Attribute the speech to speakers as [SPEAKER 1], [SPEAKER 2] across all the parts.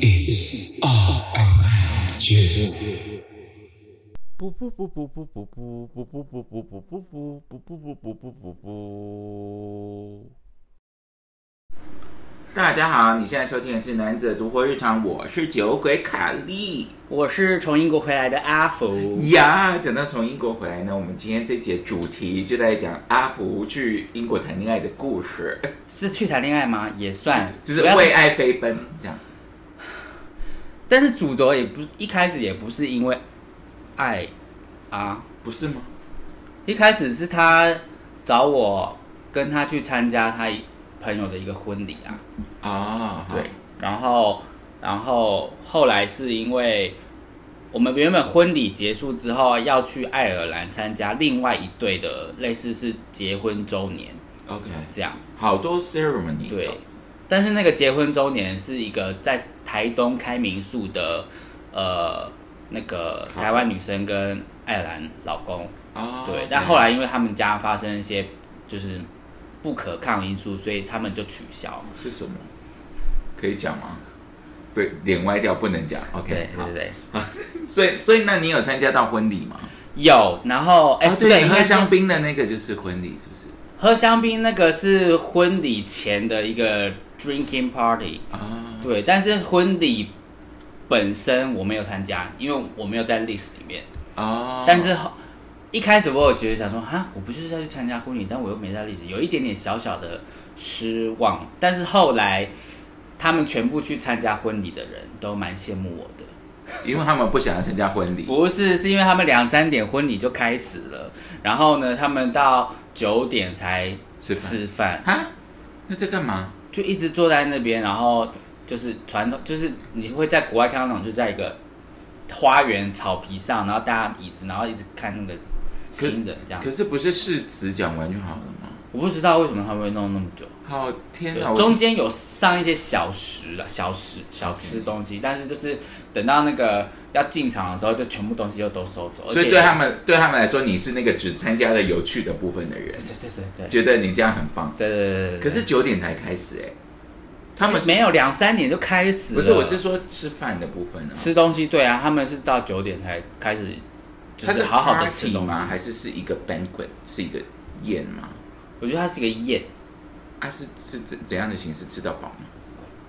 [SPEAKER 1] is R and J.
[SPEAKER 2] 不不不不不不不不不不不不不不不不不不不不不。
[SPEAKER 3] 大家好，你现在收听的是《男子独活日常》，我是酒鬼卡莉
[SPEAKER 4] 我是从英国回来的阿福，
[SPEAKER 3] 嗯呀。讲到从英国回来呢，我们今天这节主题就在讲阿福去英国谈恋爱的故事，
[SPEAKER 4] 是去谈恋爱吗？也算，
[SPEAKER 3] 就是
[SPEAKER 4] 主要
[SPEAKER 3] 为爱飞奔这样。
[SPEAKER 4] 但是主轴也不一开始也不是因为爱啊，
[SPEAKER 3] 不是吗？
[SPEAKER 4] 一开始是他找我跟他去参加他朋友的一个婚礼啊，
[SPEAKER 3] 啊、
[SPEAKER 4] 对，，然后然后后来是因为我们原本婚礼结束之后要去爱尔兰参加另外一对的类似是结婚周年
[SPEAKER 3] OK，
[SPEAKER 4] 这样。
[SPEAKER 3] 好多啊 ceremony
[SPEAKER 4] 对，但是那个结婚周年是一个在台东开民宿的，呃，那个台湾女生跟爱尔兰老公，
[SPEAKER 3] 啊，
[SPEAKER 4] 哦对，但后来因为他们家发生一些就是不可抗因素，所以他们就取消。
[SPEAKER 3] 是什么？可以讲吗？对，脸歪掉不能讲。
[SPEAKER 4] 对
[SPEAKER 3] OK，好
[SPEAKER 4] 对。对，
[SPEAKER 3] 所以，所以那你有参加到婚礼吗？
[SPEAKER 4] 有，然后哎、
[SPEAKER 3] 啊，
[SPEAKER 4] 不
[SPEAKER 3] 对，你
[SPEAKER 4] 应
[SPEAKER 3] 喝
[SPEAKER 4] 该是
[SPEAKER 3] 香槟的那个就是婚礼，是不是？
[SPEAKER 4] 喝香槟那个是婚礼前的一个 drinking party，
[SPEAKER 3] 啊，
[SPEAKER 4] 对，但是婚礼本身我没有参加，因为我没有在 list 里面。
[SPEAKER 3] 哦，
[SPEAKER 4] 但是后一开始我有觉得想说，哈，我不就是要去参加婚礼，但我又没在历史，有一点点小小的失望。但是后来他们全部去参加婚礼的人都蛮羡慕我的，
[SPEAKER 3] 因为他们不想要参加婚礼，
[SPEAKER 4] 不是是因为他们两三点婚礼就开始了，然后呢，他们到九点才
[SPEAKER 3] 吃饭
[SPEAKER 4] 吃饭，
[SPEAKER 3] 啊？那在干嘛？
[SPEAKER 4] 就一直坐在那边，然后就是传统，就是你会在国外看到那种，就在一个花园草皮上，然后大家椅子，然后一直看那个
[SPEAKER 3] 可
[SPEAKER 4] 新人这样
[SPEAKER 3] 可。是不是誓词讲完就好了吗？
[SPEAKER 4] 我不知道为什么他们会弄那么久，
[SPEAKER 3] 好天
[SPEAKER 4] 对
[SPEAKER 3] 哪！我
[SPEAKER 4] 中间有上一些小食啊、小食、小吃东西，但是就是等到那个要进场的时候，就全部东西又都收走，
[SPEAKER 3] 所
[SPEAKER 4] 而且
[SPEAKER 3] 以对他们对他们来说，你是那个只参加了有趣的部分的人
[SPEAKER 4] 对，对对对对
[SPEAKER 3] 觉得你这样很棒。
[SPEAKER 4] 对对对对，
[SPEAKER 3] 可是九点才开始哎、他们是
[SPEAKER 4] 没有两三点就开始了，
[SPEAKER 3] 不是？我是说吃饭的部分啊，
[SPEAKER 4] 吃东西，对啊，他们是到九点才开始，就
[SPEAKER 3] 它是
[SPEAKER 4] 好好的
[SPEAKER 3] party
[SPEAKER 4] 吃东西
[SPEAKER 3] 吗？还是是一个 banquet，是一个宴吗？
[SPEAKER 4] 我觉得它是一个宴，
[SPEAKER 3] 啊，是是怎怎样的形式吃到饱吗？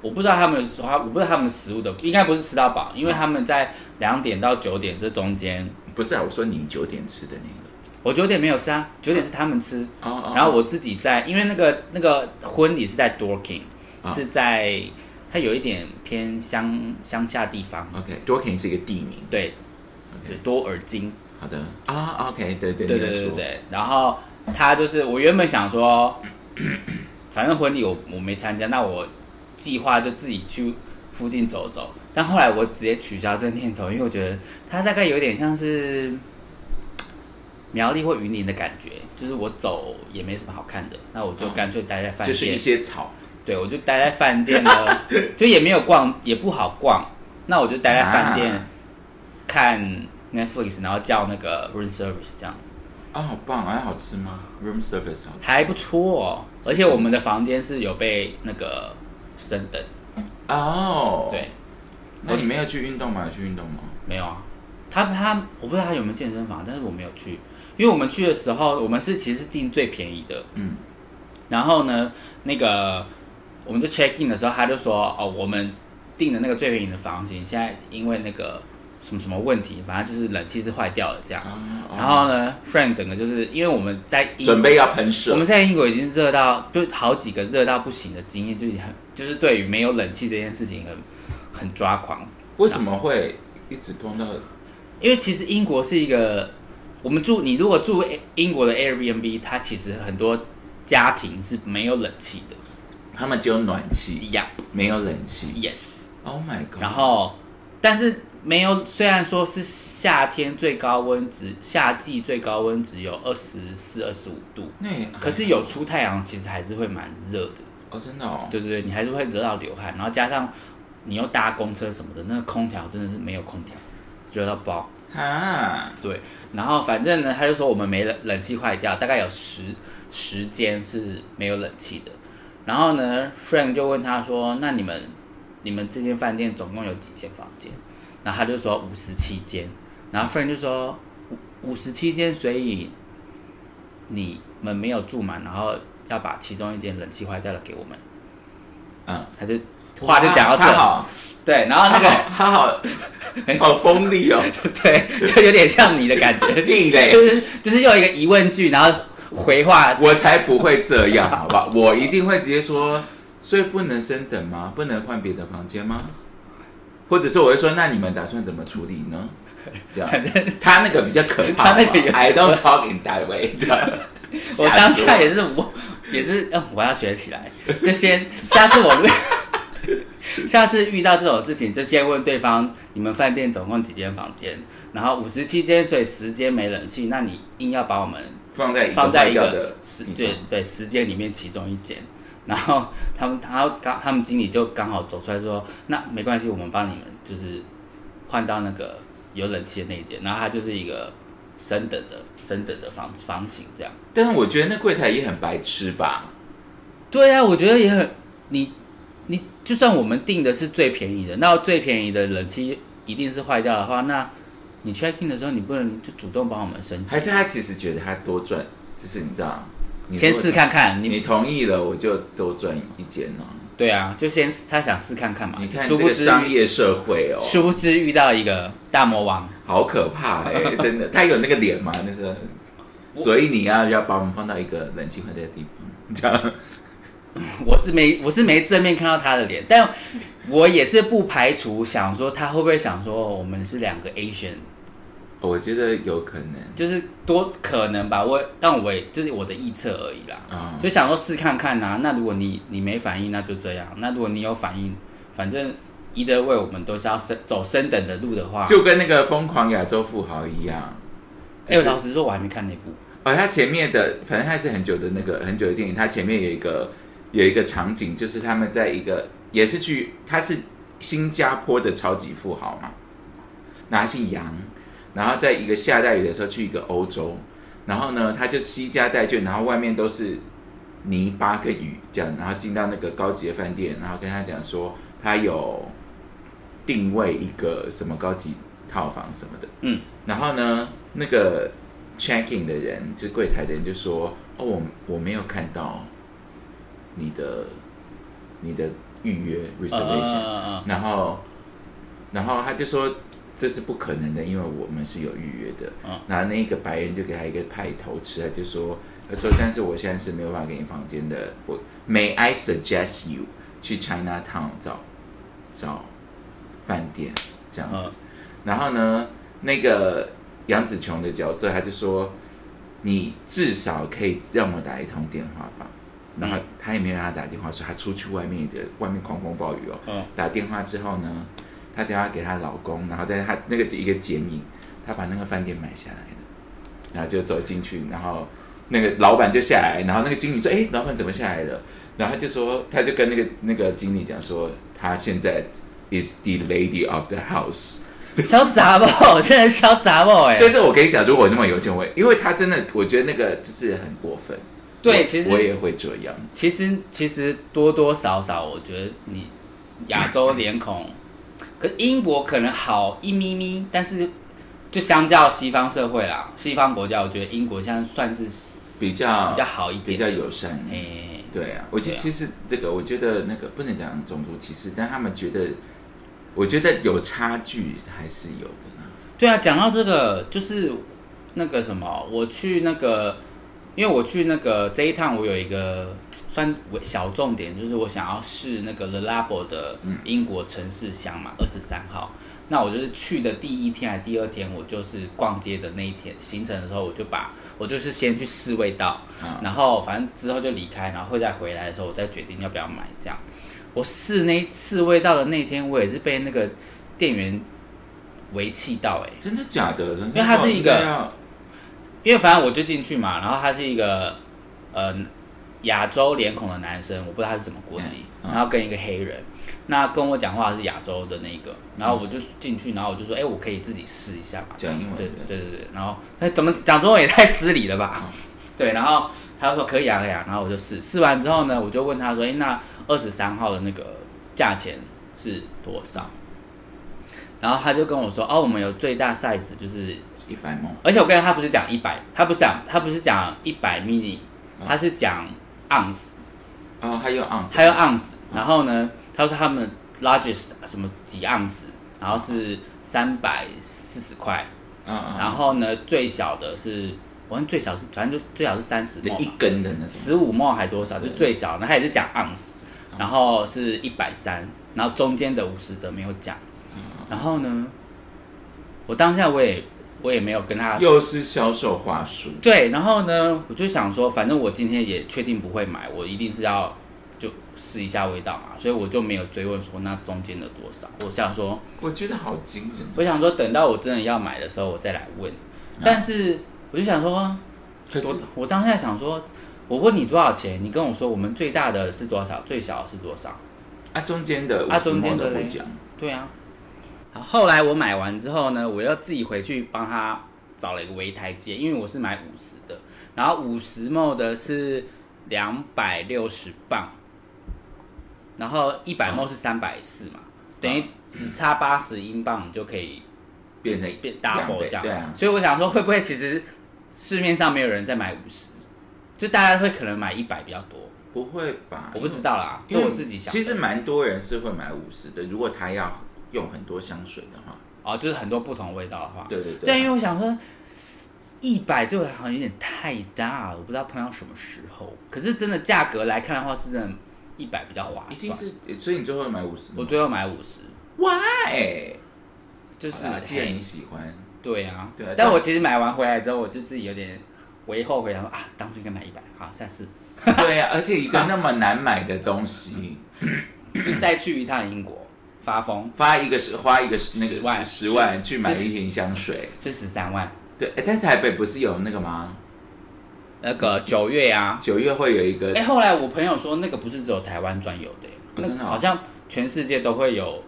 [SPEAKER 4] 我不知道他们说，我不知道他们食物的，应该不是吃到饱，因为他们在两点到九点这中间，
[SPEAKER 3] 不是啊，我说你九点吃的那
[SPEAKER 4] 我九点没有吃啊，九点是他们吃，
[SPEAKER 3] 个。哦哦
[SPEAKER 4] 然后我自己在，因为那个那个婚礼是在 Dorking，、
[SPEAKER 3] 啊
[SPEAKER 4] 是在它有一点偏乡乡下地方，
[SPEAKER 3] OK，Dorking 是一个地名。
[SPEAKER 4] 对
[SPEAKER 3] OK
[SPEAKER 4] 对，多尔金，
[SPEAKER 3] 好的啊，OK，对对
[SPEAKER 4] 对对
[SPEAKER 3] 你有
[SPEAKER 4] 对
[SPEAKER 3] 说
[SPEAKER 4] 对。然后他就是我原本想说， 反正婚礼我我没参加，那我计划就自己去附近走走。但后来我直接取消这个念头，因为我觉得它大概有点像是苗栗或云林的感觉，就是我走也没什么好看的，那我就干脆待在饭店。
[SPEAKER 3] 啊就是一些草，
[SPEAKER 4] 对，我就待在饭店呢，就也没有逛，也不好逛。那我就待在饭店、
[SPEAKER 3] 啊
[SPEAKER 4] 看 Netflix，然后叫那个 room service 这样子，
[SPEAKER 3] 啊，好棒，啊，好吃吗？Room service 好吃
[SPEAKER 4] 还不错哦。而且我们的房间是有被那个升等，
[SPEAKER 3] 哦，
[SPEAKER 4] 对，，
[SPEAKER 3] 那你没有去运动吗？有去运动吗？
[SPEAKER 4] 没有啊。他他我不知道他有没有健身房，但是我没有去，因为我们去的时候，我们是其实是订最便宜的，
[SPEAKER 3] 嗯，
[SPEAKER 4] 然后呢，那个我们就 check in 的时候，他就说哦，我们订的那个最便宜的房型，现在因为那个什么什么问题，反正就是冷气是坏掉了这样。
[SPEAKER 3] 啊，
[SPEAKER 4] 然后呢，Frank 整个就是因为我们在英
[SPEAKER 3] 准备要喷
[SPEAKER 4] 我
[SPEAKER 3] 射，
[SPEAKER 4] 们在英国已经热到就好几个热到不行的经验，就是很就是对于没有冷气这件事情很很抓狂。
[SPEAKER 3] 为什么会一直碰到？
[SPEAKER 4] 因为其实英国是一个，我们住你如果住英国的 Airbnb，它其实很多家庭是没有冷气的。
[SPEAKER 3] 他们只有暖气，
[SPEAKER 4] 呀、
[SPEAKER 3] 没有冷气。
[SPEAKER 4] Yes。
[SPEAKER 3] Oh my god！
[SPEAKER 4] 然后，但是没有，虽然说是夏天最高温值，夏季最高温只有二十四、二十五度，
[SPEAKER 3] 那也
[SPEAKER 4] 可是有出太阳，其实还是会蛮热的。
[SPEAKER 3] 哦，真的哦，
[SPEAKER 4] 对对对，你还是会热到流汗，然后加上你又搭公车什么的，那个空调真的是没有空调，热到爆。
[SPEAKER 3] 哈，
[SPEAKER 4] 对，然后反正呢，他就说我们没冷冷气坏掉，大概有十十间是没有冷气的。然后呢，Frank 就问他说：“那你们你们这间饭店总共有几间房间？”然后他就说五十七间，然后 friend 就说五五十七间，所以你们没有住满，然后要把其中一间冷气坏掉了给我们。
[SPEAKER 3] 嗯，
[SPEAKER 4] 他就话就讲到
[SPEAKER 3] 他
[SPEAKER 4] 这，
[SPEAKER 3] 好，
[SPEAKER 4] 对，然后那
[SPEAKER 3] 他
[SPEAKER 4] 个
[SPEAKER 3] 好，他好，好锋利 哦，
[SPEAKER 4] 对，就有点像你的感觉，
[SPEAKER 3] 厉嘞！
[SPEAKER 4] 就是 就是用一个疑问句，然后回话，
[SPEAKER 3] 我才不会这样，好吧？我一定会直接说，所以不能升等吗？不能换别的房间吗？或者是我会说，那你们打算怎么处理呢？这 样，他那个比较可怕嘛。
[SPEAKER 4] 他那个也
[SPEAKER 3] I don't talk in that way 这样。
[SPEAKER 4] 我当下
[SPEAKER 3] 也
[SPEAKER 4] 也是我也是，呃，我要学起来，就先 下次我下次遇到这种事情，就先问对方你们饭店总共几间房间，然后五十七间，所以十间没冷气，那你硬要把我们
[SPEAKER 3] 放在一个
[SPEAKER 4] 放在一
[SPEAKER 3] 坏掉的
[SPEAKER 4] 个时
[SPEAKER 3] 地
[SPEAKER 4] 对
[SPEAKER 3] 方
[SPEAKER 4] 对时间里面其中一间，然后他们他刚他们经理就刚好走出来说，那没关系，我们帮你们就是换到那个有冷气的那一间，然后它就是一个升等的升等的房房型这样。
[SPEAKER 3] 但是我觉得那柜台也很白痴吧？
[SPEAKER 4] 对啊，我觉得也很你你就算我们订的是最便宜的，那最便宜的冷气一定是坏掉的话，那你 check in 的时候你不能就主动帮我们申请，
[SPEAKER 3] 还是他其实觉得他多赚，就是你知道，你
[SPEAKER 4] 先
[SPEAKER 3] 如果
[SPEAKER 4] 试看看
[SPEAKER 3] 你
[SPEAKER 4] 你
[SPEAKER 3] 同意了，我就多赚一间哦。
[SPEAKER 4] 对啊，就先他想试看看嘛，
[SPEAKER 3] 你看这
[SPEAKER 4] 殊不
[SPEAKER 3] 个
[SPEAKER 4] 知
[SPEAKER 3] 商业社会哦，
[SPEAKER 4] 殊不知遇到一个大魔王，
[SPEAKER 3] 好可怕哎、 真的。他有那个脸吗？那个，所以你啊要要把我们放到一个冷气环境的地方， 这样。
[SPEAKER 4] 我是没我是没正面看到他的脸，但我也是不排除想说他会不会想说哦我们是两个 Asian，
[SPEAKER 3] 我觉得有可能。
[SPEAKER 4] 就是多可能吧，我但我也就是我的臆测而已啦。
[SPEAKER 3] 啊、
[SPEAKER 4] 就想说试看看呐、那如果你你没反应，那就这样；那如果你有反应，反正一的位我们都是要升走升等的路的话，
[SPEAKER 3] 就跟那个疯狂亚洲富豪一样，
[SPEAKER 4] 哎、
[SPEAKER 3] 就
[SPEAKER 4] 我
[SPEAKER 3] 是
[SPEAKER 4] 老实说，我还没看那部。
[SPEAKER 3] 哦，他前面的反正他是很久的那个很久的电影，他前面有一个有一个场景，就是他们在一个也是去，他是新加坡的超级富豪嘛，那他姓杨，然后在一个下大雨的时候去一个欧洲，然后呢他就惜家带眷，然后外面都是泥巴跟雨这样，然后进到那个高级的饭店，然后跟他讲说他有定位一个什么高级套房什么的，
[SPEAKER 4] 嗯，
[SPEAKER 3] 然后呢那个 check in 的人，就是柜台的人就说：“哦，我我没有看到你的你的预约 reservation。
[SPEAKER 4] 呃，
[SPEAKER 3] 然后然后他就说这是不可能的，因为我们是有预约的。
[SPEAKER 4] 嗯
[SPEAKER 3] 然后那个白人就给他一个派头吃，他就说他说但是我现在是没有办法给你房间的，我 May I suggest you 去 China Town 找找饭店这样子。
[SPEAKER 4] 嗯
[SPEAKER 3] 然后呢，那个杨紫琼的角色他就说你至少可以让我打一通电话吧。然
[SPEAKER 4] 嗯
[SPEAKER 3] 后他也没有让他打电话，说他出去外面的外面狂风暴雨哦，
[SPEAKER 4] 嗯
[SPEAKER 3] 打电话之后呢，她打电话给她老公，然后在她那个一个剪影，她把那个饭店买下来了，然后就走进去，然后那个老板就下来，然后那个经理说：“哎，老板怎么下来了？”然后他就说，他就跟那个那个经理讲说，他现在 is the lady of the house。
[SPEAKER 4] 小杂毛， 真的小杂毛哎、
[SPEAKER 3] 但是我跟你讲，如果我那么有钱，我因为他真的，我觉得那个就是很过分。
[SPEAKER 4] 对
[SPEAKER 3] 我
[SPEAKER 4] 其实
[SPEAKER 3] 我也会这样。
[SPEAKER 4] 其实其实多多少少，我觉得你亚洲脸孔，可英国可能好一咪咪，但是就相较西方社会啦，西方国家，我觉得英国现在算是
[SPEAKER 3] 比较
[SPEAKER 4] 比较好一点，
[SPEAKER 3] 啊比较友善。
[SPEAKER 4] 哎、
[SPEAKER 3] 对啊，我觉得
[SPEAKER 4] 对啊
[SPEAKER 3] 其实这个，我觉得那个不能讲种族歧视，但他们觉得，我觉得有差距还是有的呢。
[SPEAKER 4] 对啊，讲到这个，就是那个什么，我去那个，因为我去那个这一趟，我有一个算小重点，就是我想要试那个 The Labo 的英国城市箱嘛，二十三号。那我就是去的第一天还是第二天，我就是逛街的那一天行程的时候，我就把我就是先去试味道，
[SPEAKER 3] 啊
[SPEAKER 4] 然后反正之后就离开，然后会再回来的时候，我再决定要不要买这样。我试那试味道的那天，我也是被那个店员围气到哎、欸
[SPEAKER 3] 真的假的？因
[SPEAKER 4] 为它是一个
[SPEAKER 3] 要
[SPEAKER 4] 因为反正我就进去嘛，然后他是一个呃亚洲脸孔的男生，我不知道他是什么国籍，
[SPEAKER 3] 嗯嗯
[SPEAKER 4] 然后跟一个黑人，那跟我讲话的是亚洲的那个，然后我就进去，然后我就说，哎、我可以自己试一下嘛，
[SPEAKER 3] 讲英文
[SPEAKER 4] 对
[SPEAKER 3] 的
[SPEAKER 4] 对对对，然后他怎么讲中文也太失礼了
[SPEAKER 3] 嗯
[SPEAKER 4] 吧？ 对，然后他就说可以啊可以啊，然后我就试试完之后呢，我就问他说，哎、那二十三号的那个价钱是多少？然后他就跟我说，哦，我们有最大 size 就是，
[SPEAKER 3] 一百梦
[SPEAKER 4] 而且我跟你讲他不是讲一百，他不是讲他不是讲一百 mini，他是讲 ounce，
[SPEAKER 3] 哦，还有 ounce，
[SPEAKER 4] 还有 ounce，然后呢，他说他们 largest 什么几 ounce，然后是三百四十块，
[SPEAKER 3] 嗯嗯，
[SPEAKER 4] 然后呢最小的是，我看最小是反正就是最小是三十
[SPEAKER 3] 这
[SPEAKER 4] 嘛
[SPEAKER 3] 一，根的那种，
[SPEAKER 4] 十五毛还多少就最小，那他也是讲 ounce，然后是一百三，然后中间的五十的没有讲，然后呢，我当下我也我也没有跟他
[SPEAKER 3] 又是销售话术，
[SPEAKER 4] 对，然后呢，我就想说，反正我今天也确定不会买，我一定是要就试一下味道嘛，所以我就没有追问说那中间的多少。我想说，
[SPEAKER 3] 我觉得好惊人。
[SPEAKER 4] 我想说等到我真的要买的时候，我再来问。但是我就想说，
[SPEAKER 3] 嗯可是
[SPEAKER 4] 我我当下想说，我问你多少钱，你跟我说我们最大的是多少，最小的是多少。
[SPEAKER 3] 啊，中间的
[SPEAKER 4] 啊
[SPEAKER 3] 50
[SPEAKER 4] 中间的
[SPEAKER 3] 梦都
[SPEAKER 4] 嘞
[SPEAKER 3] 不讲，
[SPEAKER 4] 对啊。好，后来我买完之后呢，我又自己回去帮他找了一个微台阶，因为我是买五十的，然后五十 ml 的是两百六十磅，然后一百
[SPEAKER 3] 嗯
[SPEAKER 4] ml 是三百四嘛，等于只差八十英镑你就可以
[SPEAKER 3] 变成
[SPEAKER 4] 变
[SPEAKER 3] 两
[SPEAKER 4] double
[SPEAKER 3] 倍
[SPEAKER 4] 这样。
[SPEAKER 3] 对啊，
[SPEAKER 4] 所以我想说，会不会其实市面上没有人在买五十，就大家会可能买一百比较多，
[SPEAKER 3] 不会吧？
[SPEAKER 4] 我不知道啦，
[SPEAKER 3] 嗯因
[SPEAKER 4] 这
[SPEAKER 3] 为
[SPEAKER 4] 我自己想的。
[SPEAKER 3] 其实蛮多人是会买五十的，如果他要用很多香水的话，
[SPEAKER 4] 哦，就是很多不同味道的话，
[SPEAKER 3] 对对对
[SPEAKER 4] 对，因啊为我想说，一百对我来说好像有点太大了，我不知道碰到什么时候。可是真的价格来看的话，是真的，一百比较划算。
[SPEAKER 3] 一定是，所以你最后买五十
[SPEAKER 4] 我最后买五十，
[SPEAKER 3] ，why？
[SPEAKER 4] 就
[SPEAKER 3] 好
[SPEAKER 4] 是
[SPEAKER 3] 啦既然
[SPEAKER 4] 嘿
[SPEAKER 3] 你喜 欢，
[SPEAKER 4] 啊对啊，
[SPEAKER 3] 对啊
[SPEAKER 4] 但
[SPEAKER 3] 但
[SPEAKER 4] 我其实买完回来之后，我就自己有点为后悔，然后啊，当初应该买一百，好，下 次
[SPEAKER 3] 对啊，而且一个那么难买的东西，
[SPEAKER 4] 就再去一趟英国发疯，
[SPEAKER 3] 花一个是花一个是那
[SPEAKER 4] 十
[SPEAKER 3] 个
[SPEAKER 4] 万
[SPEAKER 3] 十万去买
[SPEAKER 4] 是
[SPEAKER 3] 一瓶香水，
[SPEAKER 4] 是十三万。
[SPEAKER 3] 对，诶但是台北不是有那个吗？
[SPEAKER 4] 那个九月啊，
[SPEAKER 3] 九月会有一个
[SPEAKER 4] 哎、后来我朋友说那个不是只有台湾专有的、那
[SPEAKER 3] 真的哦
[SPEAKER 4] 好像全世界都会有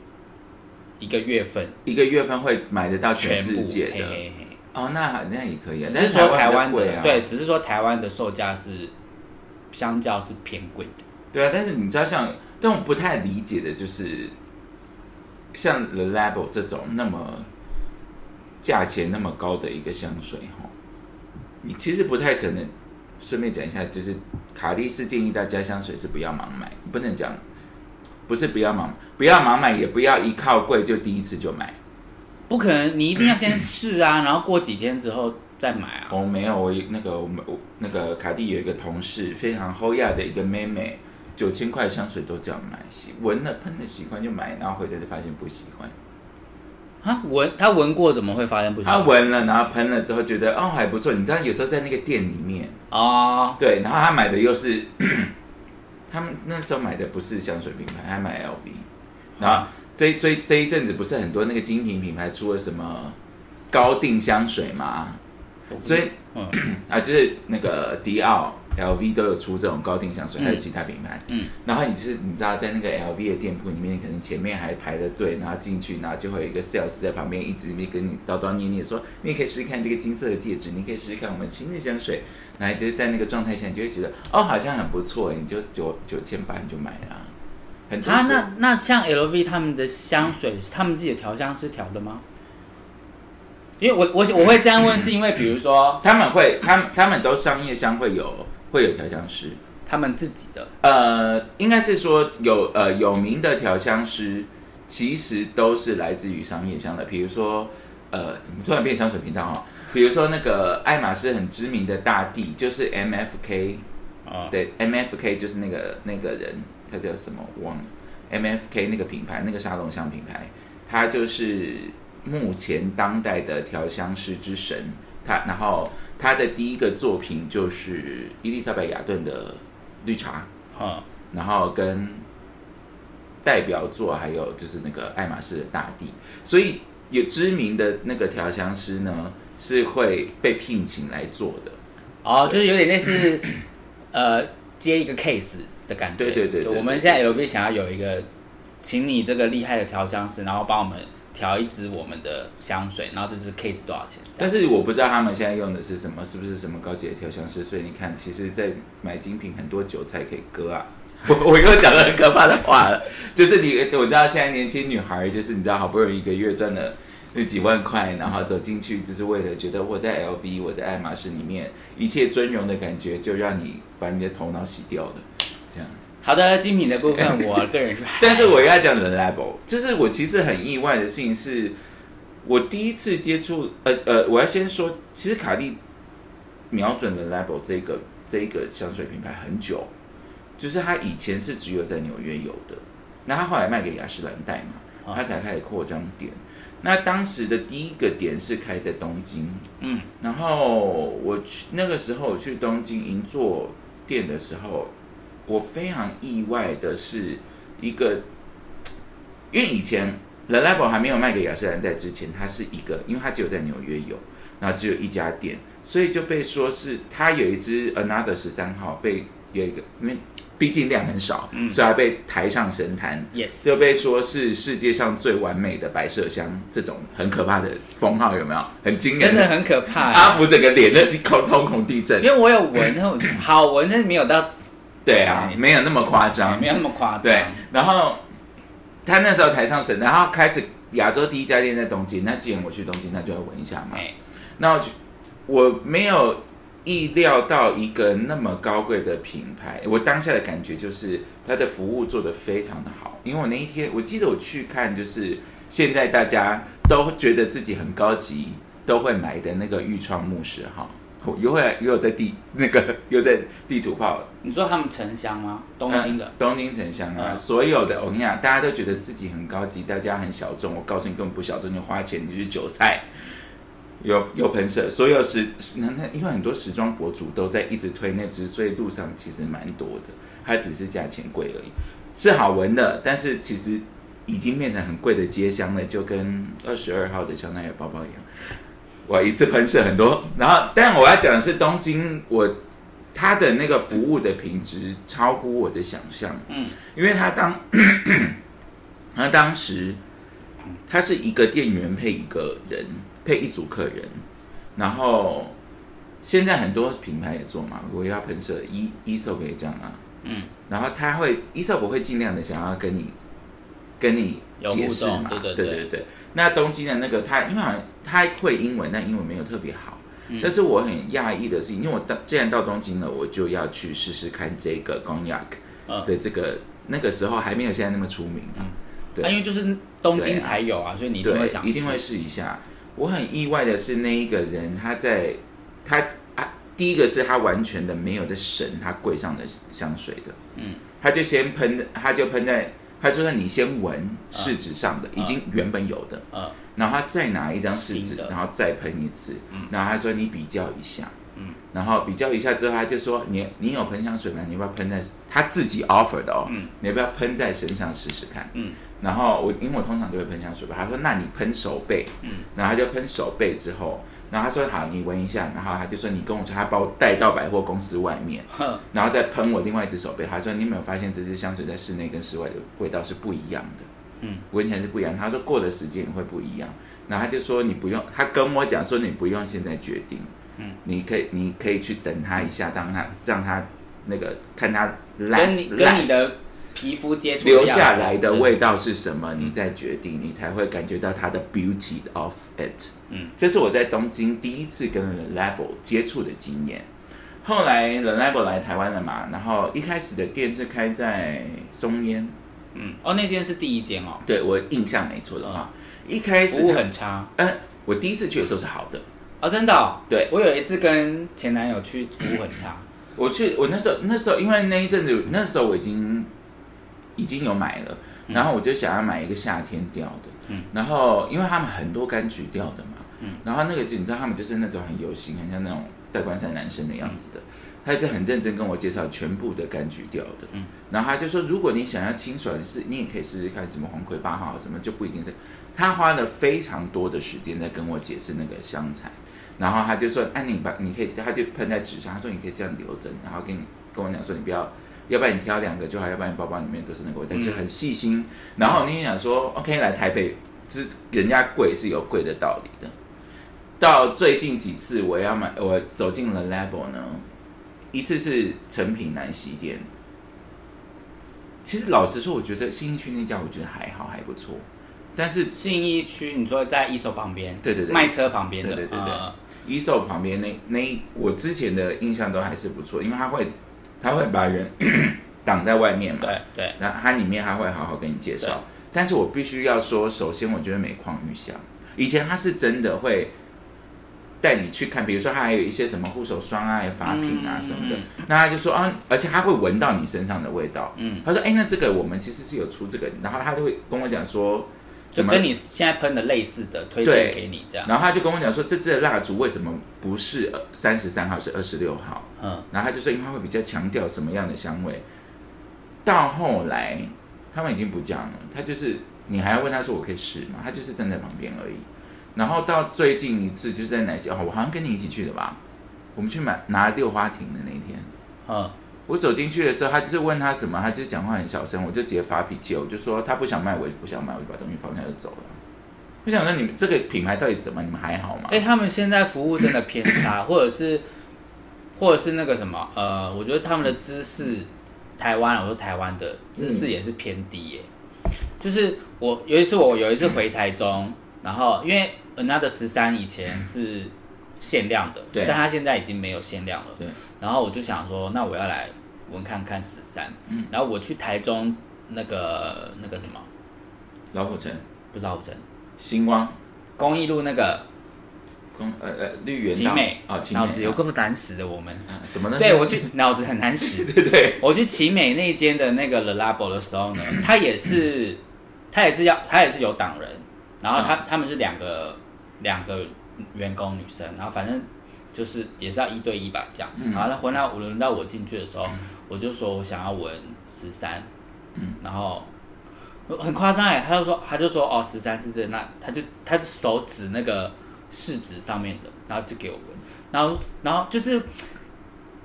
[SPEAKER 4] 一个月份
[SPEAKER 3] 一个月份会买得到
[SPEAKER 4] 全
[SPEAKER 3] 全
[SPEAKER 4] 部
[SPEAKER 3] 世界
[SPEAKER 4] 嘿
[SPEAKER 3] 的
[SPEAKER 4] 嘿嘿
[SPEAKER 3] 哦，那那也可以啊，
[SPEAKER 4] 只
[SPEAKER 3] 但
[SPEAKER 4] 是说台
[SPEAKER 3] 台
[SPEAKER 4] 湾
[SPEAKER 3] 湾比较
[SPEAKER 4] 的、
[SPEAKER 3] 贵啊，
[SPEAKER 4] 对，只是说台湾的售价是相较是偏贵的。
[SPEAKER 3] 对啊，但是你知道像，但我不太理解的就是，像 The Label 这种那么价钱那么高的一个香水哈，你其实不太可能。顺便讲一下，就是卡莉是建议大家香水是不要盲买，不能讲，不是不要盲，不要盲买，也不要一靠柜就第一次就买。
[SPEAKER 4] 不可能，你一定要先试 啊，然后过几天之后再买啊。
[SPEAKER 3] 我、没有，我那个我们我那个卡蒂有一个同事，非常厚亚的一个妹妹，九千块香水都这样买，喜闻了喷了喜欢就买，然后回来就发现不喜欢。
[SPEAKER 4] 啊，闻他闻过怎么会发现不行？
[SPEAKER 3] 她闻了，然后喷了之后觉得哦还不错，你知道有时候在那个店里面，
[SPEAKER 4] 哦，
[SPEAKER 3] 对，然后她买的又是， 他们那时候买的不是香水品牌，她买 LV，然后这这这一阵子不是很多那个精品品牌出了什么高定香水嘛，所以
[SPEAKER 4] 嗯
[SPEAKER 3] 啊，就是那个迪奥、LV 都有出这种高定香水，
[SPEAKER 4] 嗯
[SPEAKER 3] 还有其他品牌。
[SPEAKER 4] 嗯，
[SPEAKER 3] 然后你是你知道，在那个 LV 的店铺里面，可能前面还排着队，然后进去，然后就会有一个 sales 在旁边一直跟你叨叨念念说，你也可以试试看这个金色的戒指，你可以试试看我们新的香水。然后就是在那个状态下，你就会觉得哦，好像很不错，你就九九千八你就买了啊。很多
[SPEAKER 4] 啊，
[SPEAKER 3] 时候
[SPEAKER 4] 那那像 LV 他们的香水，是他们自己的调香师调的吗？因为我我我会这样问，是因为比如说
[SPEAKER 3] 他们会，他们他们都商业香会有会有调香师。
[SPEAKER 4] 他们自己的
[SPEAKER 3] 呃，应该是说有呃有名的调香师，其实都是来自于商业香的，比如说呃，怎么突然变香水频道哦？比如说那个爱马仕很知名的大地，就是 MFK，
[SPEAKER 4] 啊，
[SPEAKER 3] 对，MFK 就是那个那个人，他叫什么我忘了，MFK 那个品牌，那个沙龙香品牌，他就是目前当代的调香师之神，他然后他的第一个作品就是伊丽莎白雅顿的绿茶。
[SPEAKER 4] 嗯，
[SPEAKER 3] 然后跟代表作还有就是那个爱马仕的大地，所以有知名的那个调香师呢是会被聘请来做的。
[SPEAKER 4] 哦，就是有点类似呃接一个 case 的感觉。
[SPEAKER 3] 对对对
[SPEAKER 4] 就
[SPEAKER 3] 对
[SPEAKER 4] 我们现在 LV 想要有一个，请你这个厉害的调香师，然后帮我们调一支我们的香水，然后这支 case 多少钱？这
[SPEAKER 3] 但
[SPEAKER 4] 样
[SPEAKER 3] 是我不知道他们现在用的是什么，是不是什么高级的调香师？所以你看，其实，在买精品很多韭菜可以割啊。 我我又讲了很可怕的话了，就是你，我知道现在年轻女孩，就是你知道好不容易一个月赚了那几万块，然后走进去，就是为了觉得我在 LV，我在爱马仕里面一切尊荣的感觉，就让你把你的头脑洗掉了，这样。
[SPEAKER 4] 好的，精品的部分，我个 人是，
[SPEAKER 3] 但是我要讲 reliable，就是我其实很意外的事情是，我第一次接触，呃呃，我要先说，其实卡地瞄准 reliable 这个这一个香水品牌很久，就是它以前是只有在纽约有的，那它后来卖给雅诗兰黛嘛，它才开始扩张点。那当时的第一个点是开在东京，
[SPEAKER 4] 嗯，
[SPEAKER 3] 然后我去那个时候我去东京银座店的时候，我非常意外的是一个，因为以前 The Label 还没有卖给雅诗兰黛之前，它是一个，因为它只有在纽约有，然后只有一家店，所以就被说是它有一支呃 Another 十三号被有一个，因为毕竟量很少，所以它被抬上神坛。
[SPEAKER 4] ，yes，
[SPEAKER 3] 就被说是世界上最完美的白麝香，这种很可怕的封号有没有？很惊人，
[SPEAKER 4] 真的很可怕、啊
[SPEAKER 3] 阿福整个脸的恐瞳孔地震
[SPEAKER 4] 因。为我有闻，然后我就好闻，但是没有到
[SPEAKER 3] 对啊，没有那么夸张
[SPEAKER 4] 没。有那么夸张，
[SPEAKER 3] 对，然后他那时候台上神，然后开始亚洲第一家店在东京。那既然我去东京，那就要闻一下嘛。
[SPEAKER 4] 哎，
[SPEAKER 3] 那我就我没有意料到一个那么高贵的品牌，我当下的感觉就是它的服务做得非常的好。因为我那一天，我记得我去看，就是现在大家都觉得自己很高级，都会买的那个玉窗木石哈，我又会又有在地那个又在地图炮
[SPEAKER 4] 你说他们城乡吗？东京的
[SPEAKER 3] 嗯、，东京城乡啊，
[SPEAKER 4] 嗯
[SPEAKER 3] 所有的我跟你讲，大家都觉得自己很高级，大家很小众。我告诉你，根本不小众，你花钱你就是韭菜。有有喷射，所有时那那因为很多时装博主都在一直推那只，所以路上其实蛮多的，它只是价钱贵而已，是好闻的，但是其实已经变成很贵的街香了，就跟二十二号的香奈儿包包一样，我一次喷射很多。然后，但我要讲的是东京，我它的那个服务的品质超乎我的想象。
[SPEAKER 4] 嗯，
[SPEAKER 3] 因为它当它当时它是一个店员配一个人，配一组客人，然后现在很多品牌也做嘛，我要喷射一一手可以这样啊。
[SPEAKER 4] 嗯，
[SPEAKER 3] 然后他会伊瑟伯会尽量的想要跟你跟你解释嘛，
[SPEAKER 4] 有互动对
[SPEAKER 3] 对
[SPEAKER 4] 对对
[SPEAKER 3] 对那东京的那个他，因为好像他会英文，但英文没有特别好。
[SPEAKER 4] 嗯
[SPEAKER 3] 但是我很讶异的是，因为我到既然到东京了，我就要去试试看这个 cognac
[SPEAKER 4] 嗯
[SPEAKER 3] 的这个、那个时候还没有现在那么出名啊。对
[SPEAKER 4] 啊因为就是东京才有啊，所以你一定会
[SPEAKER 3] 对
[SPEAKER 4] 想，吃，
[SPEAKER 3] 一定会试一下。我很意外的是，那一个人他在他啊，第一个是他完全的没有在审他柜上的香水的，
[SPEAKER 4] 嗯，
[SPEAKER 3] 他就先喷，他就喷在，他就算你先闻试纸上
[SPEAKER 4] 啊
[SPEAKER 3] 的，已经原本有的，
[SPEAKER 4] 呃，
[SPEAKER 3] 然后他再拿一张试纸
[SPEAKER 4] 新，的嗯
[SPEAKER 3] 然后再喷一次，然后他说你比较一下，嗯，然后比较一下之后，他就说你你有喷香水吗？你要不要喷在他自己 offer 的哦，
[SPEAKER 4] 嗯
[SPEAKER 3] 你要不要喷在身上试试看？
[SPEAKER 4] 嗯，
[SPEAKER 3] 然后我因为我通常都会喷香水吧，他说那你喷手背，嗯，然后他就喷手背之后，然后他说好你闻一下，然后他就说你跟我说他把我带到百货公司外面，
[SPEAKER 4] 哼，
[SPEAKER 3] 然后再喷我另外一只手背。他说：“你有没有发现这支香水在室内跟室外的味道是不一样的？
[SPEAKER 4] 嗯，
[SPEAKER 3] 闻起来是不一样。”他说：“过的时间也会不一样。”然后他就说：“你不用。”他跟我讲说：“你不用现在决定，
[SPEAKER 4] 嗯，
[SPEAKER 3] 你可以，你可以去等他一下，让他让他那个看他 last
[SPEAKER 4] 跟你跟你
[SPEAKER 3] last
[SPEAKER 4] 的皮肤接触的
[SPEAKER 3] 留下
[SPEAKER 4] 样子
[SPEAKER 3] 来的味，
[SPEAKER 4] 嗯
[SPEAKER 3] 道是什么，你再决定，你才会感觉到它的 beauty of it。
[SPEAKER 4] 嗯，
[SPEAKER 3] 这是我在东京第一次跟 The Label 接触的经验。后来 The Label 来台湾了嘛，然后一开始的店是开在松烟，
[SPEAKER 4] 嗯，哦，那间是第一间哦，
[SPEAKER 3] 对我印象没错的话，一开始
[SPEAKER 4] 啊服务
[SPEAKER 3] 它
[SPEAKER 4] 很差
[SPEAKER 3] 嗯、我第一次去的时候是好的，
[SPEAKER 4] 哦，真的哦，
[SPEAKER 3] 对嗯
[SPEAKER 4] 我有一次跟前男友去，服务很差，
[SPEAKER 3] 我去，我那时候那时候因为那一阵子，那时候我已经已经有买了，然后我就想要买一个夏天调的，
[SPEAKER 4] 嗯
[SPEAKER 3] 然后因为他们很多柑橘调的嘛，
[SPEAKER 4] 嗯
[SPEAKER 3] 然后那个就你知道他们就是那种很有型，很像那种戴冠衫男生的样子的，他就很认真跟我介绍全部的柑橘调的，
[SPEAKER 4] 嗯
[SPEAKER 3] 然后他就说如果你想要清爽的是，你也可以试试看什么红葵八号啊什么，就不一定是，他花了非常多的时间在跟我解释那个香材。然后他就说：“哎、你把你可以，他就喷在纸上，他说你可以这样留着，然后跟你跟我讲说你不要，要不然你挑两个就好，要不然你包包里面都是那个味道，
[SPEAKER 4] 嗯
[SPEAKER 3] 就很细心。然后我那天想说，OK，来台北，就是人家贵是有贵的道理的。到最近几次我要买，我走进了 Label 呢，一次是成品南西店，其实老实说，我觉得新一区那家我觉得还好，还不错。但是
[SPEAKER 4] 信义区，你说在一手旁边，
[SPEAKER 3] 对对对
[SPEAKER 4] 卖车旁边的，
[SPEAKER 3] 对对对 E 对
[SPEAKER 4] 呃
[SPEAKER 3] 一售旁边那那一我之前的印象都还是不错，因为他会他会把人 挡在外面嘛，
[SPEAKER 4] 对对，
[SPEAKER 3] 然后它里面还会好好跟你介绍。但是我必须要说，首先我觉得每况愈下。以前它是真的会带你去看，比如说它还有一些什么护手霜啊、发品啊
[SPEAKER 4] 嗯
[SPEAKER 3] 什么的，那他就说啊，而且他会闻到你身上的味道。
[SPEAKER 4] 嗯，
[SPEAKER 3] 他说，哎，那这个我们其实是有出这个，然后他就会跟我讲说，
[SPEAKER 4] 就
[SPEAKER 3] 怎么
[SPEAKER 4] 跟你现在喷的类似的，推
[SPEAKER 3] 对
[SPEAKER 4] 荐给你这样，
[SPEAKER 3] 然后他就跟我讲说，这支的蜡烛为什么不是呃三十三号，是二十六号？
[SPEAKER 4] 嗯，
[SPEAKER 3] 然后他就说，因为他会比较强调什么样的香味。到后来，他们已经不这样了，他就是你还要问他说我可以试吗？他就是站在旁边而已。然后到最近一次就是在哪些哦，我好像跟你一起去的吧，我们去买拿六花亭的那一天，
[SPEAKER 4] 嗯，
[SPEAKER 3] 我走进去的时候，他就是问他什么，他就是讲话很小声，我就直接发脾气，我就说他不想卖，我也不想卖，我就把东西放下就走了。我想说你们这个品牌到底怎么？你们还好吗？
[SPEAKER 4] 哎、他们现在服务真的偏 差，或者是，或者是那个什么，呃，我觉得他们的知识，台湾啊，我说台湾的知识也是偏低耶、就是我有一次，我有一次回台中，然后因为 Another 十三以前是限量的，
[SPEAKER 3] 对
[SPEAKER 4] 但它现在已经没有限量了。
[SPEAKER 3] 对，
[SPEAKER 4] 然后我就想说，那我要来闻看看十三、
[SPEAKER 3] 嗯
[SPEAKER 4] 然后我去台中那个那个什么，
[SPEAKER 3] 老虎城、
[SPEAKER 4] 不知道我真
[SPEAKER 3] 星光、
[SPEAKER 4] 公益路那个
[SPEAKER 3] 公呃呃绿园
[SPEAKER 4] 集
[SPEAKER 3] 道
[SPEAKER 4] 美
[SPEAKER 3] 啊，集美
[SPEAKER 4] 脑子有够难死的我们。
[SPEAKER 3] 啊什么呢？
[SPEAKER 4] 对我去脑子很难 使。
[SPEAKER 3] 对对对，
[SPEAKER 4] 我去奇美那一间的那个 The Labo 的时候呢，他也是，他也是要，他也是有党人，然后他、
[SPEAKER 3] 嗯
[SPEAKER 4] 他们是两个两个员工女生，然后反正就是也是要一对一吧这样。
[SPEAKER 3] 嗯
[SPEAKER 4] 然后他回到我轮到我进去的时候，我就说我想要闻十三，
[SPEAKER 3] 嗯，
[SPEAKER 4] 然后。很夸张哎，他就说，他就说哦，十三是这，那他就他就手指那个试纸上面的，然后就给我闻，然后然后就是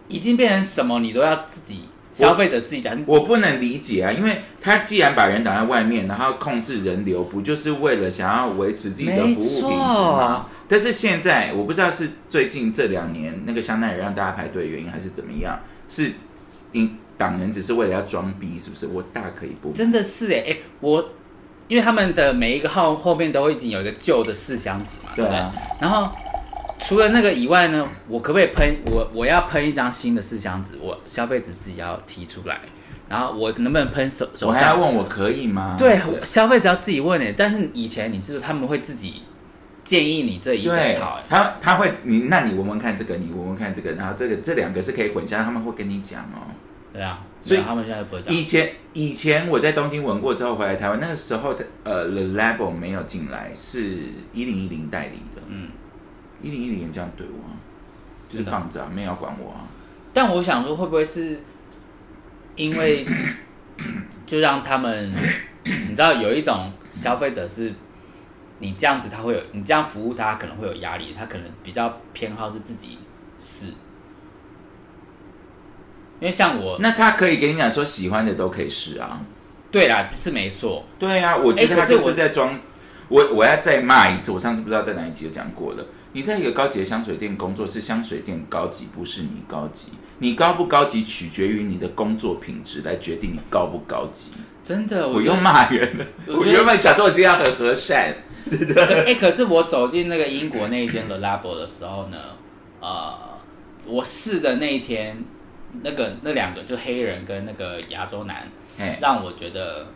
[SPEAKER 4] 已经变成什么你都要自己消费者自己讲，
[SPEAKER 3] 我不能理解啊，因为他既然把人挡在外面，然后控制人流，不就是为了想要维持自己的服务品质吗？但是现在我不知道是最近这两年那个香奈儿让大家排队的原因，还是怎么样，是你挡人只是为了要装逼，是不是？我大可以不买。
[SPEAKER 4] 真的是哎、欸、我因为他们的每一个号后面都已经有一个旧的试箱纸嘛，
[SPEAKER 3] 对
[SPEAKER 4] 对不对？
[SPEAKER 3] 啊，
[SPEAKER 4] 然后除了那个以外呢，我可不可以喷我我要喷一张新的试箱纸，我消费者自己要提出来，然后我能不能喷手
[SPEAKER 3] 我
[SPEAKER 4] 手
[SPEAKER 3] 还要
[SPEAKER 4] 上？
[SPEAKER 3] 问我可以吗？
[SPEAKER 4] 对，消费者要自己问哎、但是以前你知道他们会自己建议你这一整
[SPEAKER 3] 对
[SPEAKER 4] 套哎、，
[SPEAKER 3] 他他会你，那你闻闻看这个，你闻闻看这个，然后这个这两个是可以混淆，他们会跟你讲哦。
[SPEAKER 4] 对啊，
[SPEAKER 3] 所以
[SPEAKER 4] 然后他们现在不会这样。
[SPEAKER 3] 以前以前我在东京闻过之后回来台湾，那个时候的呃，The Label 没有进来，是一零一零代理的，
[SPEAKER 4] 嗯，
[SPEAKER 3] 一零一零这样对我啊，就是
[SPEAKER 4] 真的
[SPEAKER 3] 放着、啊，没有要管我啊。
[SPEAKER 4] 但我想说，会不会是因为就让他们， 你知道有一种消费者是，你这样子他会有，你这样服务他可能会有压力，他可能比较偏好是自己试。因为像我，
[SPEAKER 3] 那他可以给你讲说喜欢的都可以试啊，
[SPEAKER 4] 对啦，是没错，
[SPEAKER 3] 对啊，我觉
[SPEAKER 4] 哎
[SPEAKER 3] 得他
[SPEAKER 4] 可是
[SPEAKER 3] 就
[SPEAKER 4] 我
[SPEAKER 3] 是在装。我我要再骂一次，我上次不知道在哪一集有讲过了。你在一个高级的香水店工作，是香水店高级，不是你高级。你高不高级取决于你的工作品质来决定你高不高级。
[SPEAKER 4] 真的，
[SPEAKER 3] 我
[SPEAKER 4] 觉得
[SPEAKER 3] 又骂人了，
[SPEAKER 4] 我觉得
[SPEAKER 3] 我原本想说我今天要很和善，
[SPEAKER 4] 可哎、可是我走进那个英国那一间 The Labo 的时候呢，呃，我试的那一天，那个那两个就黑人跟那个亚洲男，
[SPEAKER 3] 哎，
[SPEAKER 4] 让我觉得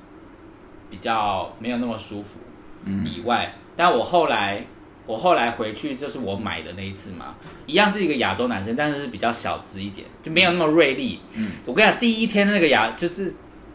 [SPEAKER 4] 比较没有那么舒服
[SPEAKER 3] 嗯
[SPEAKER 4] 以外，但我后来我后来回去就是我买的那一次嘛，一样是一个亚洲男生，但是是比较小资一点，就没有那么锐利。
[SPEAKER 3] 嗯，
[SPEAKER 4] 我跟你讲，第一天那个亚就是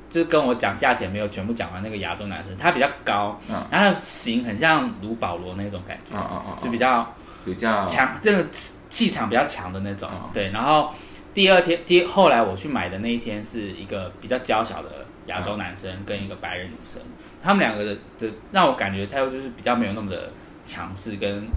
[SPEAKER 4] 就是跟我讲价钱没有全部讲完，那个亚洲男生他比较高，
[SPEAKER 3] 嗯
[SPEAKER 4] 然后他的型很像卢保罗那种感觉，
[SPEAKER 3] 哦哦哦，
[SPEAKER 4] 就
[SPEAKER 3] 就
[SPEAKER 4] 比较。
[SPEAKER 3] 比较
[SPEAKER 4] 强，这个气气场比较强的那种。
[SPEAKER 3] 哦
[SPEAKER 4] 对，然后第二天，第后来我去买的那一天是一个比较娇小的亚
[SPEAKER 3] 啊
[SPEAKER 4] 洲男生跟一个白人女生，他们两个的的让我感觉态度就是比较没有那么的强势，跟